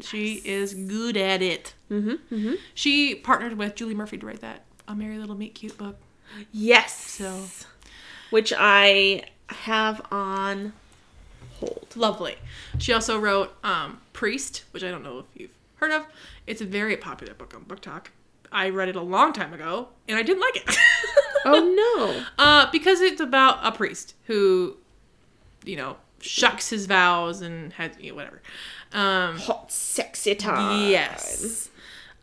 Speaker 1: She is good at it.
Speaker 2: Mm-hmm. Mm-hmm.
Speaker 1: She partnered with Julie Murphy to write that A Merry Little Meet Cute book.
Speaker 2: Yes.
Speaker 1: So-
Speaker 2: Which I have on hold.
Speaker 1: lovely. She also wrote um, Priest, which I don't know if you've heard of. It's a very popular book on Book Talk. I read it a long time ago and I didn't like it.
Speaker 2: Oh no.
Speaker 1: Uh, because it's about a priest who, you know, shucks his vows and has, you know, whatever. Um,
Speaker 2: Hot sexy time.
Speaker 1: Yes.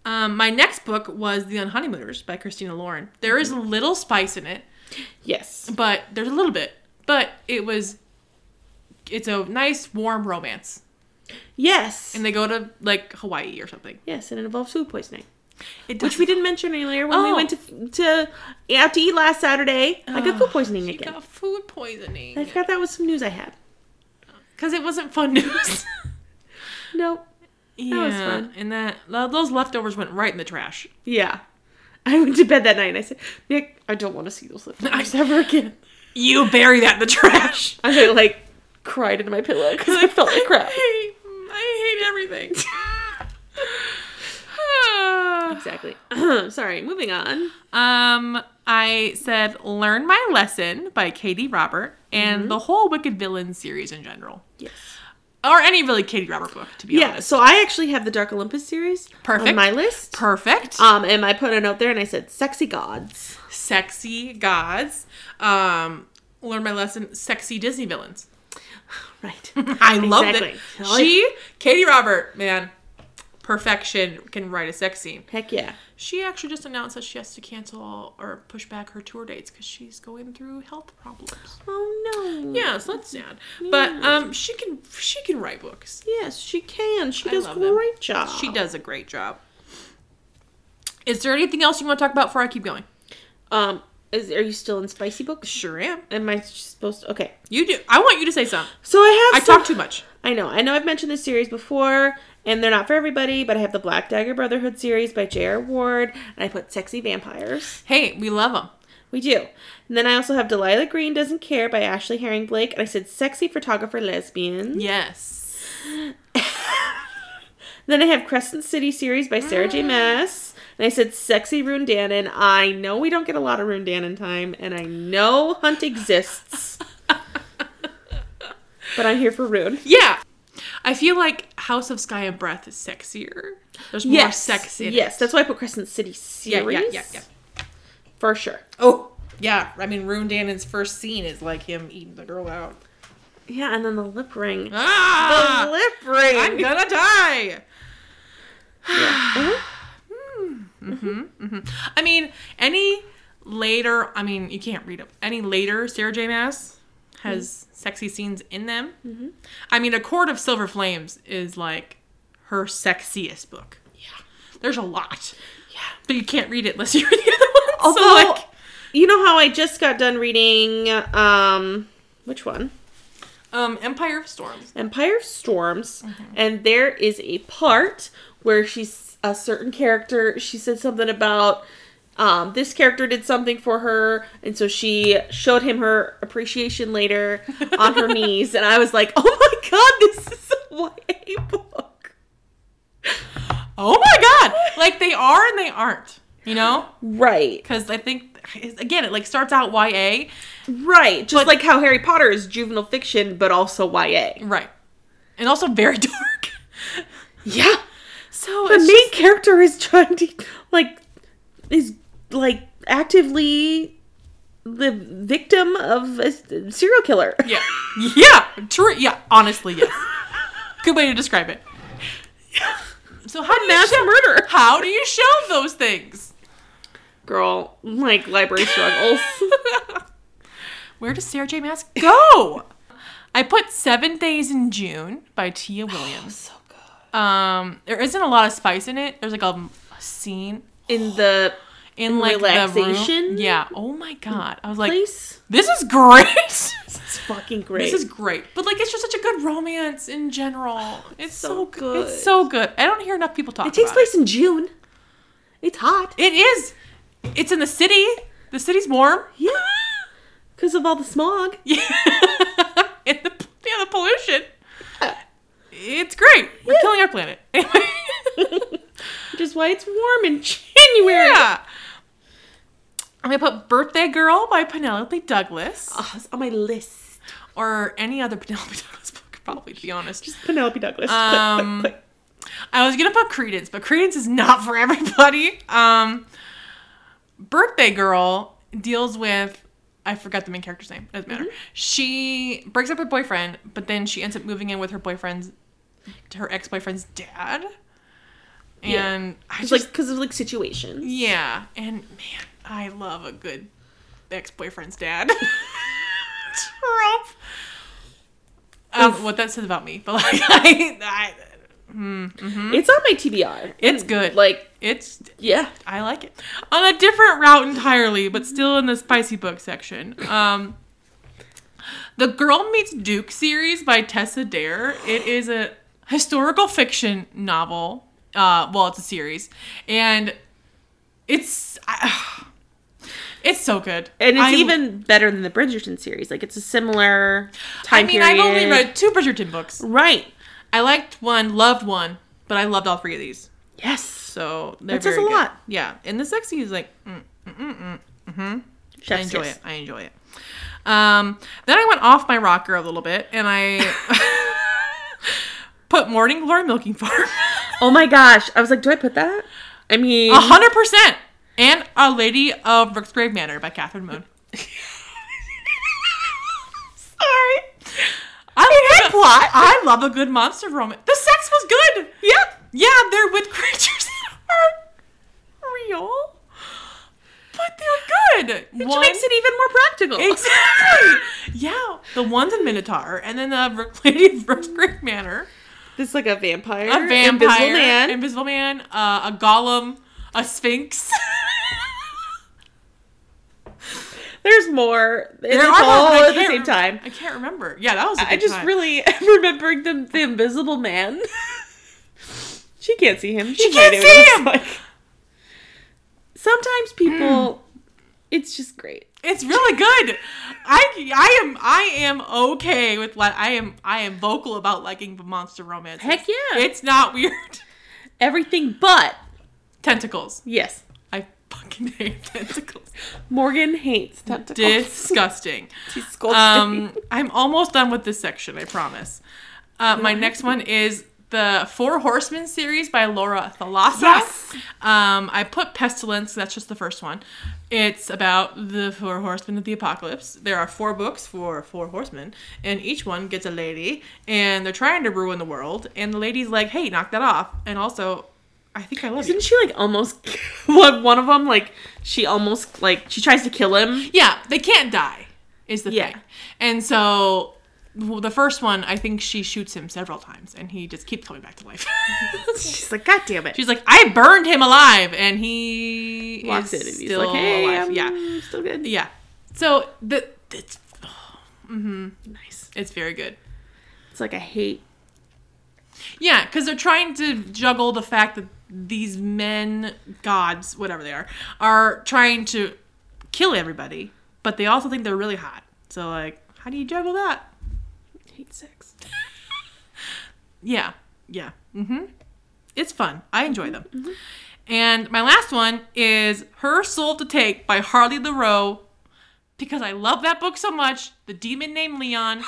Speaker 1: Um, my next book was The Unhoneymooners by Christina Lauren. There is little spice in it,
Speaker 2: Yes.
Speaker 1: but there's a little bit. But it was, it's a nice, warm romance.
Speaker 2: Yes.
Speaker 1: and they go to like Hawaii or something.
Speaker 2: yes, and it involves food poisoning.
Speaker 1: It does.
Speaker 2: Which we didn't mention earlier when we
Speaker 1: Oh.
Speaker 2: went to to out to eat last Saturday. I got food poisoning
Speaker 1: Oh, She
Speaker 2: again.
Speaker 1: got food poisoning
Speaker 2: I forgot that was some news I had.
Speaker 1: because it wasn't fun news.
Speaker 2: Nope.
Speaker 1: yeah,
Speaker 2: was fun.
Speaker 1: and that lo- those leftovers went right in the trash.
Speaker 2: Yeah. I went to bed that night and I said, Nick, I don't want to see those leftovers ever again.
Speaker 1: You bury that in the trash.
Speaker 2: I like cried into my pillow because I felt like
Speaker 1: I
Speaker 2: crap.
Speaker 1: hate, I hate everything.
Speaker 2: Exactly. Sorry, moving on.
Speaker 1: um, I said "Learn My Lesson" by Katie Robert and the whole Wicked Villain series in general,
Speaker 2: Yes.
Speaker 1: or any really Katie Robert book, to be
Speaker 2: Yeah,
Speaker 1: honest.
Speaker 2: so I actually have the Dark Olympus series
Speaker 1: Perfect.
Speaker 2: on my list.
Speaker 1: Perfect.
Speaker 2: um, and I put a note there and I said, sexy gods.
Speaker 1: sexy gods. Um, learn my lesson: sexy Disney villains.
Speaker 2: Right.
Speaker 1: I love
Speaker 2: Exactly.
Speaker 1: that
Speaker 2: I like
Speaker 1: she, Katie Robert, man, perfection can write a sex scene.
Speaker 2: Heck yeah.
Speaker 1: She actually just announced that she has to cancel or push back her tour dates because she's going through health problems.
Speaker 2: Oh no.
Speaker 1: Yeah, so that's sad. But um, she can she can write books.
Speaker 2: Yes, she can. She
Speaker 1: I
Speaker 2: does
Speaker 1: love them.
Speaker 2: great job.
Speaker 1: She does a great job. Is there anything else you want to talk about before I keep going?
Speaker 2: Um, Is, are you still in spicy books?
Speaker 1: Sure am.
Speaker 2: Am I supposed to? Okay.
Speaker 1: You do. I want you to say something.
Speaker 2: So I
Speaker 1: I
Speaker 2: have. some-
Speaker 1: talk too much.
Speaker 2: I know. I know I've mentioned this series before, and they're not for everybody, but I have the Black Dagger Brotherhood series by J.R. Ward, and I put sexy vampires.
Speaker 1: Hey, we love them.
Speaker 2: We do. And then I also have Delilah Green Doesn't Care by Ashley Herring Blake, and I said sexy photographer lesbian.
Speaker 1: Yes.
Speaker 2: Then I have Crescent City series by Sarah
Speaker 1: Mm.
Speaker 2: J. Mass. And I said sexy Rune Dannon. I know we don't get a lot of Rune Dannon time, and I know Hunt exists. but I'm here for Rune.
Speaker 1: Yeah. I feel like House of Sky and Breath is sexier. There's more sex in
Speaker 2: yes,
Speaker 1: it.
Speaker 2: that's why I put Crescent City
Speaker 1: yeah,
Speaker 2: series.
Speaker 1: yeah, yeah, yeah.
Speaker 2: For sure.
Speaker 1: Oh, yeah. I mean, Rune Dannon's first scene is like him eating the girl out.
Speaker 2: Yeah, and then the lip ring.
Speaker 1: Ah!
Speaker 2: the lip ring.
Speaker 1: I'm gonna die. Mm-hmm.
Speaker 2: Uh-huh.
Speaker 1: I mean, any later, I mean, you can't read it. Any later Sarah J. Mass has sexy scenes in them. I mean, A Court of Silver Flames is like her sexiest book. Yeah. There's a lot. Yeah. But you can't read it unless you read the other ones.
Speaker 2: Although,
Speaker 1: so, like,
Speaker 2: you know how I just got done reading, um, which one?
Speaker 1: um, Empire of Storms.
Speaker 2: Empire of Storms, and there is a part where she's a certain character. She said something about um, this character did something for her, and so she showed him her appreciation later on her knees. And I was like, "Oh my god, this is a YA book!"
Speaker 1: Oh my god! Like, they are and they aren't, you know?
Speaker 2: Right,
Speaker 1: Because I think, again, it like starts out YA.
Speaker 2: right. Just like how Harry Potter is juvenile fiction, but also YA.
Speaker 1: Right. And also very dark.
Speaker 2: Yeah,
Speaker 1: So
Speaker 2: the
Speaker 1: it's
Speaker 2: main
Speaker 1: just-
Speaker 2: character is trying to like is like actively the victim of a s- serial killer.
Speaker 1: Yeah. Yeah. True. Yeah. Honestly, yes. Good way to describe it. So how do you
Speaker 2: Mass
Speaker 1: show,
Speaker 2: murder.
Speaker 1: how do you show those things?
Speaker 2: Girl, like library struggles.
Speaker 1: Where does Sarah J. Mass go? I put Seven Days in June by Tia Williams.
Speaker 2: so good.
Speaker 1: Um, there isn't a lot of spice in it. There's like a, a scene
Speaker 2: In the
Speaker 1: in like The room.
Speaker 2: Relaxation?
Speaker 1: Yeah. Oh my god. I was like,
Speaker 2: place,
Speaker 1: this is great.
Speaker 2: it's fucking great.
Speaker 1: This is great. But like it's just such a good romance in general. It's so,
Speaker 2: Oh, so
Speaker 1: good. It's
Speaker 2: good.
Speaker 1: so good. I don't hear enough people talk
Speaker 2: it takes
Speaker 1: about
Speaker 2: place in June. It's hot.
Speaker 1: It is. It's in the city. The city's warm.
Speaker 2: Yeah. Because of all the smog.
Speaker 1: Yeah. and the, yeah, the pollution. It's great. We're killing our planet.
Speaker 2: Which is why it's warm in January.
Speaker 1: yeah. I'm gonna put Birthday Girl by Penelope Douglas.
Speaker 2: Oh, it's on my list.
Speaker 1: Or any other Penelope Douglas book, probably to be honest.
Speaker 2: Just Penelope Douglas. Click, click,
Speaker 1: Um,
Speaker 2: click.
Speaker 1: I was gonna put Credence, but Credence is not for everybody. Um, Birthday Girl deals with I forgot the main character's name. Doesn't matter.
Speaker 2: Mm-hmm.
Speaker 1: She breaks up with her boyfriend, but then she ends up moving in with her boyfriend's, her ex boyfriend's dad.
Speaker 2: Yeah.
Speaker 1: And I
Speaker 2: It's
Speaker 1: just
Speaker 2: like because of like situations.
Speaker 1: yeah, and man, I love a good ex-boyfriend's dad. Trope. Um, what that says about me, but like I, I Mm-hmm.
Speaker 2: It's on my TBR.
Speaker 1: it's good.
Speaker 2: Like,
Speaker 1: it's
Speaker 2: yeah.
Speaker 1: I like it. On a different route entirely, but still in the spicy book section. Um, the Girl Meets Duke series by Tessa Dare. It is a historical fiction novel. Uh, well, it's a series, and it's I- it's so good.
Speaker 2: And it's
Speaker 1: I-
Speaker 2: even better than the Bridgerton series. Like, it's a similar
Speaker 1: I
Speaker 2: time
Speaker 1: mean,
Speaker 2: period.
Speaker 1: I've only read two Bridgerton books.
Speaker 2: Right.
Speaker 1: I liked one, loved one, but I loved all three of these.
Speaker 2: Yes.
Speaker 1: So they're
Speaker 2: That says
Speaker 1: very
Speaker 2: a
Speaker 1: good.
Speaker 2: lot.
Speaker 1: Yeah, and the sexy is like. Mm, I
Speaker 2: Chef's
Speaker 1: enjoy
Speaker 2: kiss.
Speaker 1: it. I enjoy it. Um, then I went off my rocker a little bit and I put Morning Glory Milking Farm.
Speaker 2: Oh my gosh. I was like, do I put that? I mean,
Speaker 1: A hundred percent. And A Lady of Rooksgrave Manor by Catherine Moon. Sorry. I love a plot. I love a good monster romance. The sex was good. Yeah. Yeah, they're with creatures that are real. But they're good.
Speaker 2: which
Speaker 1: One-
Speaker 2: makes it even more practical.
Speaker 1: Exactly. yeah. The one's a Minotaur, and then the Rook- Lady of Rook's Great Manor.
Speaker 2: It's like a vampire.
Speaker 1: A vampire.
Speaker 2: Invisible man.
Speaker 1: Invisible Man. Uh, a golem. A sphinx.
Speaker 2: There's more. And
Speaker 1: There
Speaker 2: it's
Speaker 1: are
Speaker 2: all
Speaker 1: more, but I
Speaker 2: at the
Speaker 1: can't
Speaker 2: same
Speaker 1: remem-
Speaker 2: time.
Speaker 1: I can't remember. Yeah, that was. a
Speaker 2: I
Speaker 1: good
Speaker 2: just
Speaker 1: time.
Speaker 2: really am remembering the, the Invisible Man. she can't see him.
Speaker 1: She
Speaker 2: has
Speaker 1: can't
Speaker 2: no idea what
Speaker 1: see
Speaker 2: he
Speaker 1: him!
Speaker 2: looks like. Sometimes people, it's just great.
Speaker 1: It's really good. I I am I am okay with like I am I am vocal about liking the monster romance.
Speaker 2: Heck yeah.
Speaker 1: It's not weird.
Speaker 2: Everything but
Speaker 1: Tentacles.
Speaker 2: yes,
Speaker 1: I fucking hate tentacles.
Speaker 2: Morgan hates tentacles.
Speaker 1: Disgusting.
Speaker 2: He's scolding.
Speaker 1: Um, I'm almost done with this section. I promise. Uh, my next one is the Four Horsemen series by Laura Thalassa.
Speaker 2: Yes.
Speaker 1: Um, I put Pestilence. That's just the first one. It's about the Four Horsemen of the Apocalypse. There are four books for Four Horsemen, and each one gets a lady, and they're trying to ruin the world. And the lady's like, "Hey, knock that off!" And also, I think I love you.
Speaker 2: Didn't she like almost one one of them? Like she almost like she tries to kill him.
Speaker 1: Yeah, they can't die, is the
Speaker 2: Yeah.
Speaker 1: thing. And so w- the first one, I think she shoots him several times and he just keeps coming back to life.
Speaker 2: She's like, God damn it!
Speaker 1: She's like, I burned him alive and he
Speaker 2: walks in
Speaker 1: is
Speaker 2: and he's
Speaker 1: still
Speaker 2: like, Hey,
Speaker 1: alive.
Speaker 2: I'm
Speaker 1: Yeah.
Speaker 2: still good.
Speaker 1: Yeah. So the it's
Speaker 2: Nice.
Speaker 1: it's very good.
Speaker 2: It's like I hate.
Speaker 1: Yeah, because they're trying to juggle the fact that these men, gods, whatever they are, are trying to kill everybody, but they also think they're really hot. So like, how do you juggle that?
Speaker 2: Hate sex.
Speaker 1: Yeah, yeah. Mm-hmm. It's fun. I enjoy them.
Speaker 2: Mm-hmm.
Speaker 1: And my last one is Her Soul to Take by Harley LaRoe because I love that book so much. The demon named Leon.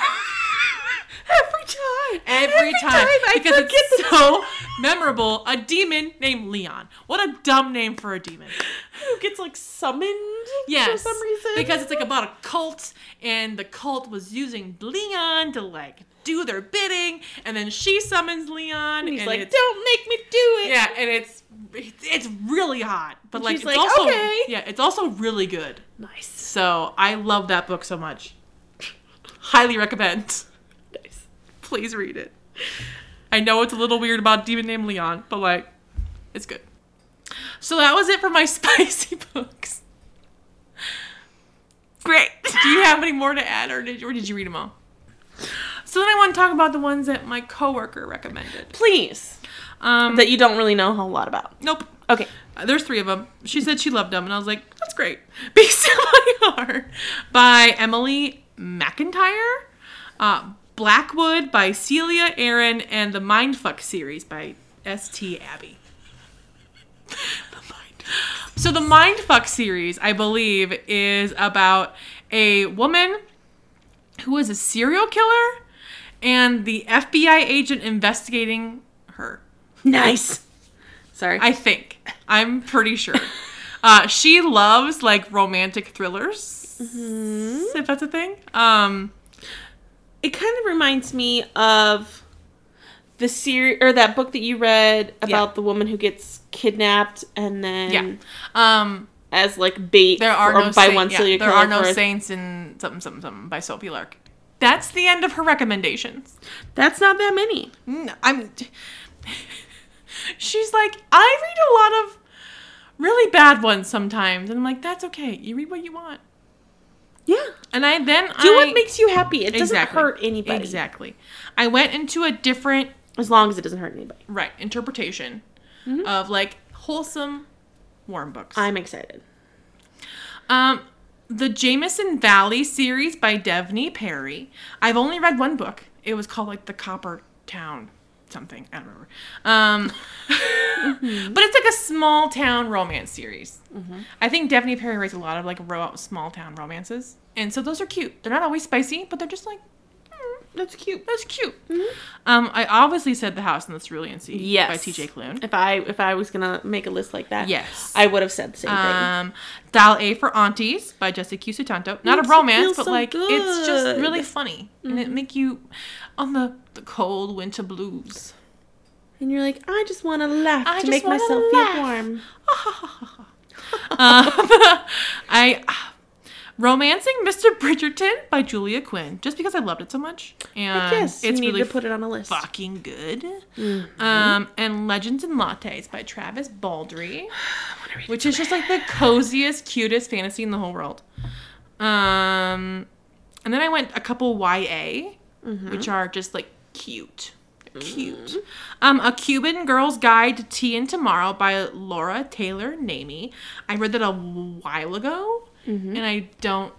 Speaker 2: Every time.
Speaker 1: Every, time, because it's so memorable. A demon named Leon. What a dumb name for a demon.
Speaker 2: who gets like summoned
Speaker 1: Yes,
Speaker 2: for some reason.
Speaker 1: because it's like about a cult, and the cult was using Leon to like do their bidding, and then she summons Leon,
Speaker 2: and he's
Speaker 1: and
Speaker 2: like,
Speaker 1: it's-
Speaker 2: "Don't make me do it."
Speaker 1: Yeah, and it's it's, it's really hot, but
Speaker 2: And
Speaker 1: like
Speaker 2: she's
Speaker 1: it's
Speaker 2: like,
Speaker 1: also
Speaker 2: "Okay."
Speaker 1: yeah, it's also really good.
Speaker 2: Nice.
Speaker 1: So I love that book so much. Highly recommend.
Speaker 2: Nice.
Speaker 1: Please read it. I know it's a little weird about demon named Leon, but like, it's good. So that was it for my spicy books.
Speaker 2: Great.
Speaker 1: Do you have any more to add, or did or did you read them all? So then I want to talk about the ones that my coworker recommended.
Speaker 2: Please.
Speaker 1: Um,
Speaker 2: That you don't really know a whole lot about.
Speaker 1: nope.
Speaker 2: Okay.
Speaker 1: Uh, There's three of them. She said she loved them, and I was like, that's great. Be Still My Heart by Emily McIntyre, uh, Blackwood by Celia Aaron, and the Mindfuck series by S.T. Abbey. So the Mindfuck series, I believe, is about a woman who is a serial killer and the FBI agent investigating her.
Speaker 2: Nice. Sorry.
Speaker 1: I think. I'm pretty sure. Uh, she loves like romantic thrillers,
Speaker 2: Mm-hmm.
Speaker 1: if that's a thing. Um,
Speaker 2: it kind of reminds me of the series or that book that you read about the woman who gets kidnapped and then
Speaker 1: yeah. Um,
Speaker 2: as like bait
Speaker 1: there are
Speaker 2: for-
Speaker 1: no
Speaker 2: by
Speaker 1: saint-
Speaker 2: one
Speaker 1: yeah,
Speaker 2: serial
Speaker 1: there
Speaker 2: killer
Speaker 1: are no
Speaker 2: for-
Speaker 1: saints in something something something by Sophie Lark. That's the end of her recommendations.
Speaker 2: That's not that many.
Speaker 1: Mm, I'm. She's like, I read a lot of really bad ones sometimes, and I'm like, that's okay. You read what you want,
Speaker 2: Yeah.
Speaker 1: and I then
Speaker 2: Do
Speaker 1: I,
Speaker 2: what makes you happy. It doesn't
Speaker 1: Exactly.
Speaker 2: hurt anybody.
Speaker 1: exactly. I went into a different
Speaker 2: As long as it doesn't hurt anybody.
Speaker 1: right interpretation of like wholesome warm books
Speaker 2: I'm excited.
Speaker 1: um the jameson valley series by devney perry i've only read one book it was called like the copper town something i don't remember um but it's like a small town romance series i think devney perry writes a lot of like ro- small town romances and so those are cute they're not always spicy but they're just like mm,
Speaker 2: That's cute.
Speaker 1: that's cute um i obviously said the house in the cerulean sea by
Speaker 2: Yes.
Speaker 1: tj Klune.
Speaker 2: If I if I was gonna make a list like that,
Speaker 1: Yes.
Speaker 2: I would have said the same
Speaker 1: Um, Dial A for Aunties by Jesse Q. Sutanto. Not
Speaker 2: Makes
Speaker 1: a
Speaker 2: you feel
Speaker 1: romance, but
Speaker 2: so
Speaker 1: like it's just
Speaker 2: good. Mm-hmm.
Speaker 1: really funny, and it make you on the, the cold winter blues.
Speaker 2: thing. And you're like, I just want to laugh
Speaker 1: I
Speaker 2: to
Speaker 1: just
Speaker 2: make
Speaker 1: wanna
Speaker 2: myself
Speaker 1: laugh."
Speaker 2: feel warm.
Speaker 1: Um, I ah, romancing Mr. Bridgerton by Julia Quinn, just because I loved it so much, and
Speaker 2: yes,
Speaker 1: Um, it's
Speaker 2: you need
Speaker 1: really
Speaker 2: to put it on a list.
Speaker 1: fucking good. Um, and Legends and Lattes by Travis Baldry,
Speaker 2: read it
Speaker 1: which is just like the coziest, cutest fantasy in the whole world. Um, and then I went a couple YA, which are just like cute. Cute. Um, a Cuban Girl's Guide to Tea and Tomorrow by Laura Taylor Namey. I read that a while ago, and I don't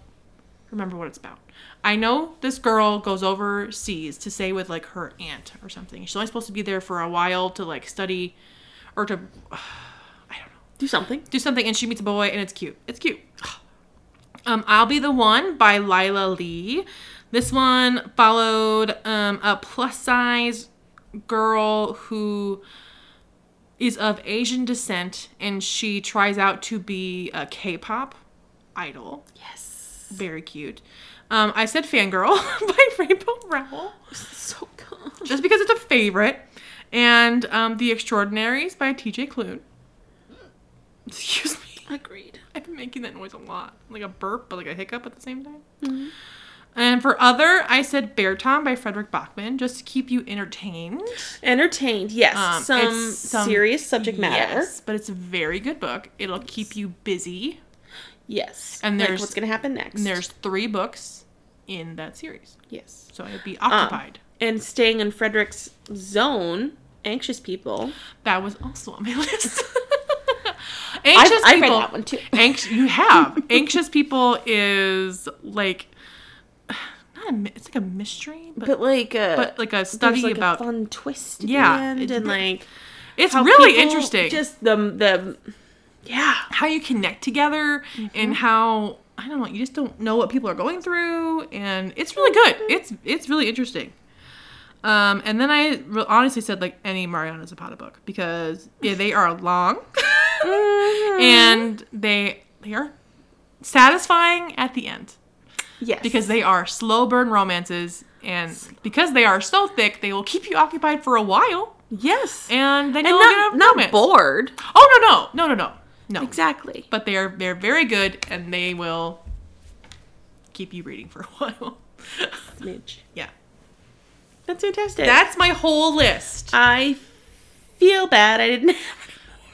Speaker 1: remember what it's about. I know this girl goes overseas to stay with like her aunt or something. She's only supposed to be there for a while to like study or to
Speaker 2: Do something.
Speaker 1: do something and she meets a boy and it's cute. It's cute. Um, I'll Be the One by Lila Lee. This one followed um, a plus size girl who is of Asian descent and she tries out to be a K pop idol.
Speaker 2: Yes.
Speaker 1: Very cute. Um, I said Fangirl by Rainbow Rowell
Speaker 2: So good.
Speaker 1: just because it's a favorite. And um, The Extraordinaries by TJ Klune. Excuse me.
Speaker 2: Agreed.
Speaker 1: I've been making that noise a lot, like a burp, but like a hiccup at the same time.
Speaker 2: Mm-hmm.
Speaker 1: And for other, I said Bear Tom by Frederick Bachman, just to keep you entertained.
Speaker 2: Entertained, yes.
Speaker 1: Um,
Speaker 2: some,
Speaker 1: it's some-
Speaker 2: serious subject matter. Yes.
Speaker 1: but it's a very good book. It'll keep you busy. And
Speaker 2: Like,
Speaker 1: there's-
Speaker 2: what's going to happen next?
Speaker 1: And there's three books in that series,
Speaker 2: yes.
Speaker 1: so I'd
Speaker 2: Um,
Speaker 1: be occupied.
Speaker 2: And staying in Frederick's zone, anxious people.
Speaker 1: that was also on my list.
Speaker 2: I've-
Speaker 1: Anxious
Speaker 2: I read
Speaker 1: people.
Speaker 2: that one too.
Speaker 1: Anx- you have anxious people is like not a, mi- it's like a mystery, but,
Speaker 2: But like, uh,
Speaker 1: but like a
Speaker 2: there's,
Speaker 1: study
Speaker 2: like,
Speaker 1: about
Speaker 2: a fun twist. At
Speaker 1: Yeah,
Speaker 2: the end,
Speaker 1: it's
Speaker 2: and
Speaker 1: re-
Speaker 2: like
Speaker 1: It's
Speaker 2: how
Speaker 1: really
Speaker 2: people
Speaker 1: interesting
Speaker 2: Just the the yeah.
Speaker 1: how you connect together
Speaker 2: Mm-hmm.
Speaker 1: and how I don't know, you just don't know what people are going through and it's really good.
Speaker 2: Mm-hmm.
Speaker 1: It's it's really interesting. Um, and then I re- honestly said like any Mariana Zapata book because yeah, they are long Uh-huh. and they they are satisfying at the end
Speaker 2: Yes.
Speaker 1: because they are slow burn romances and because they are so thick they will keep you occupied for a while
Speaker 2: yes.
Speaker 1: and then
Speaker 2: And
Speaker 1: you'll
Speaker 2: not,
Speaker 1: get a
Speaker 2: not
Speaker 1: romance.
Speaker 2: bored.
Speaker 1: Oh no no no no no no
Speaker 2: Exactly.
Speaker 1: but they are they're very good and they will keep you reading for a while.
Speaker 2: Midge.
Speaker 1: yeah.
Speaker 2: That's fantastic.
Speaker 1: That's my whole list.
Speaker 2: I feel bad. I didn't.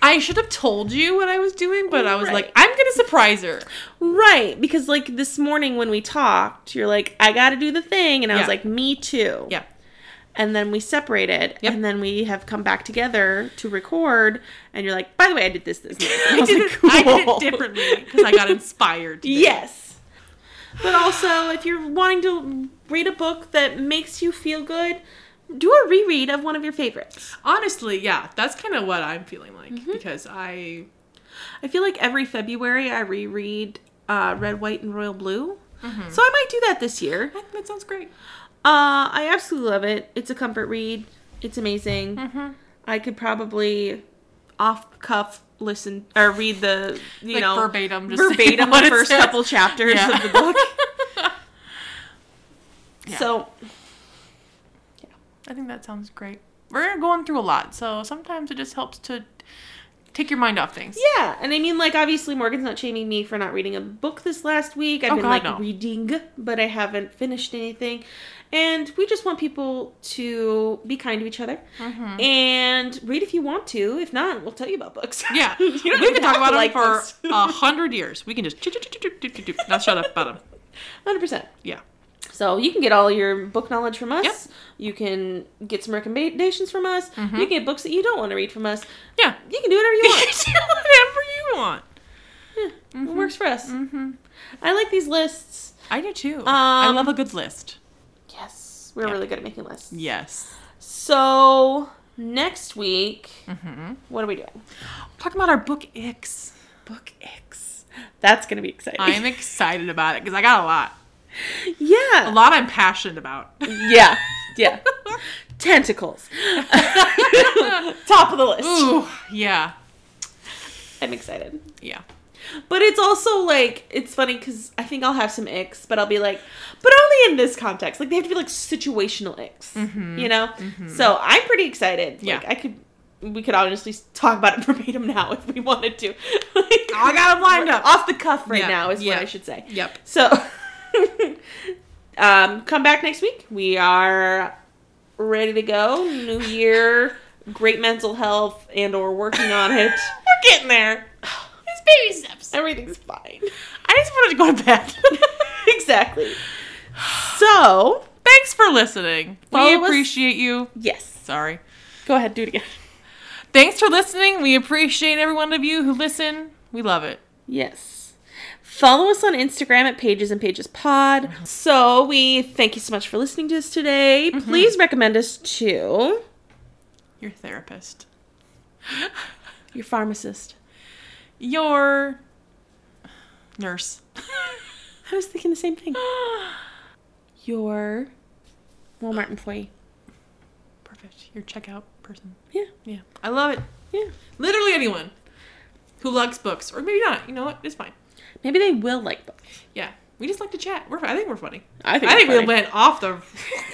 Speaker 1: I should have told you what I was doing, but I was
Speaker 2: Right.
Speaker 1: like, I'm going to surprise her.
Speaker 2: Right, because like this morning when we talked, you're like, I gotta do the thing. And I
Speaker 1: Yeah.
Speaker 2: was like, me too.
Speaker 1: Yeah.
Speaker 2: And then we separated.
Speaker 1: Yep.
Speaker 2: And then we have come back together to record. And you're like, by the way, I did this, this, and this. And I,
Speaker 1: I did, it,
Speaker 2: was like,
Speaker 1: I did
Speaker 2: cool.
Speaker 1: it differently because I got inspired. today.
Speaker 2: Yes. But also, if you're wanting to read a book that makes you feel good, do a reread of one of your favorites.
Speaker 1: Honestly, yeah. That's kind of what I'm feeling like because I.
Speaker 2: I feel like every February I reread uh, Red, White, and Royal Blue. So I might do that this year.
Speaker 1: I think Mm-hmm. that sounds great.
Speaker 2: Uh, I absolutely love it. It's a comfort read. It's amazing.
Speaker 1: Mm-hmm.
Speaker 2: I could probably off the cuff listen or read the you
Speaker 1: Like
Speaker 2: know
Speaker 1: verbatim, just
Speaker 2: verbatim
Speaker 1: what
Speaker 2: the
Speaker 1: it
Speaker 2: first
Speaker 1: says.
Speaker 2: couple chapters
Speaker 1: Yeah.
Speaker 2: of the book.
Speaker 1: Yeah.
Speaker 2: So
Speaker 1: I think that sounds great. We're going through a lot, so sometimes it just helps to take your mind off things.
Speaker 2: yeah, and I mean like obviously Morgan's not shaming me for not reading a book this last week. I've
Speaker 1: Oh,
Speaker 2: been
Speaker 1: God,
Speaker 2: like
Speaker 1: no.
Speaker 2: reading, but I haven't finished anything. And we just want people to be kind to each other
Speaker 1: Mm-hmm.
Speaker 2: and read if you want to. If not, we'll tell you about books.
Speaker 1: Yeah,
Speaker 2: You
Speaker 1: we
Speaker 2: don't
Speaker 1: can
Speaker 2: even
Speaker 1: talk
Speaker 2: have
Speaker 1: about
Speaker 2: to
Speaker 1: them
Speaker 2: like
Speaker 1: for
Speaker 2: this.
Speaker 1: a hundred years. We can just chit- chit- chit- chit- chit- chit- chit- not shut up about them.
Speaker 2: Hundred percent.
Speaker 1: Yeah,
Speaker 2: So you can get all your book knowledge from us.
Speaker 1: Yep. Mm-hmm.
Speaker 2: You can get some recommendations from us. You can get books that you don't want to read from us.
Speaker 1: yeah.
Speaker 2: You can do whatever you
Speaker 1: You
Speaker 2: want.
Speaker 1: can do whatever you want. Mm-hmm.
Speaker 2: It works for us. I like these lists.
Speaker 1: I do too. I
Speaker 2: Um,
Speaker 1: love a good list.
Speaker 2: Yes, we're
Speaker 1: Yeah.
Speaker 2: really good at making lists.
Speaker 1: Yes.
Speaker 2: So next week,
Speaker 1: Mm-hmm.
Speaker 2: what are we doing?
Speaker 1: Talk about our book X.
Speaker 2: Book X. That's gonna be exciting.
Speaker 1: I'm excited about it because I got a lot. A
Speaker 2: yeah.
Speaker 1: lot I'm passionate about.
Speaker 2: Yeah. Yeah. Tentacles. Top of the list.
Speaker 1: Ooh, yeah,
Speaker 2: I'm excited.
Speaker 1: yeah.
Speaker 2: But it's also like it's funny because I think I'll have some icks, but I'll be like, but only in this context. Like they have to be like situational icks, you know. So I'm pretty excited.
Speaker 1: Mm-hmm. Yeah.
Speaker 2: like, I could. We could honestly talk about it verbatim now if we wanted to. Like,
Speaker 1: I got 'em lined up.
Speaker 2: off the cuff right
Speaker 1: Yeah,
Speaker 2: now is
Speaker 1: yeah.
Speaker 2: what I should say.
Speaker 1: Yep.
Speaker 2: So, um, come back next week. We are ready to go. New year, great mental health, and or working on it.
Speaker 1: We're getting there. It's baby steps.
Speaker 2: Everything's fine.
Speaker 1: I just wanted to go to bed.
Speaker 2: exactly. So,
Speaker 1: Thanks for listening.
Speaker 2: Follow
Speaker 1: we
Speaker 2: us-
Speaker 1: appreciate you.
Speaker 2: yes.
Speaker 1: Sorry.
Speaker 2: Go ahead, do it again.
Speaker 1: Thanks for listening. We appreciate every one of you who listen. We love it.
Speaker 2: Yes. Follow us on Instagram at Pages and Pages Pod. So we thank you so much for listening to us today. Please recommend us to
Speaker 1: Your therapist.
Speaker 2: your pharmacist.
Speaker 1: Your nurse.
Speaker 2: I was thinking the same thing. Your Walmart employee.
Speaker 1: Perfect. Your checkout person.
Speaker 2: Yeah.
Speaker 1: Yeah. I love it.
Speaker 2: Yeah.
Speaker 1: Literally anyone who likes books, or maybe not. You know what? It's fine.
Speaker 2: Maybe they will like books.
Speaker 1: Yeah. We just like to chat. We're, I think we're funny.
Speaker 2: I
Speaker 1: I think we went off the.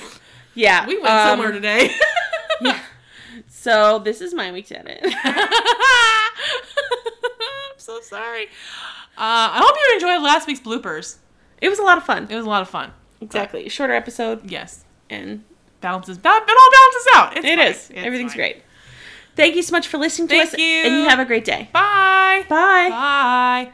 Speaker 2: Yeah.
Speaker 1: We went
Speaker 2: um,
Speaker 1: somewhere today.
Speaker 2: yeah. So this is my week's edit.
Speaker 1: I'm so sorry. Uh, I hope you enjoyed last week's bloopers.
Speaker 2: it was a lot of fun.
Speaker 1: It was a lot of fun.
Speaker 2: Exactly. Shorter episode
Speaker 1: Yes.
Speaker 2: and
Speaker 1: Balances. Ba- it all balances out. It's
Speaker 2: it
Speaker 1: fine.
Speaker 2: is.
Speaker 1: It's
Speaker 2: Everything's
Speaker 1: fine.
Speaker 2: great. Thank you so much for listening to
Speaker 1: Thank
Speaker 2: us.
Speaker 1: you.
Speaker 2: And you have a great day.
Speaker 1: Bye.
Speaker 2: Bye.
Speaker 1: Bye.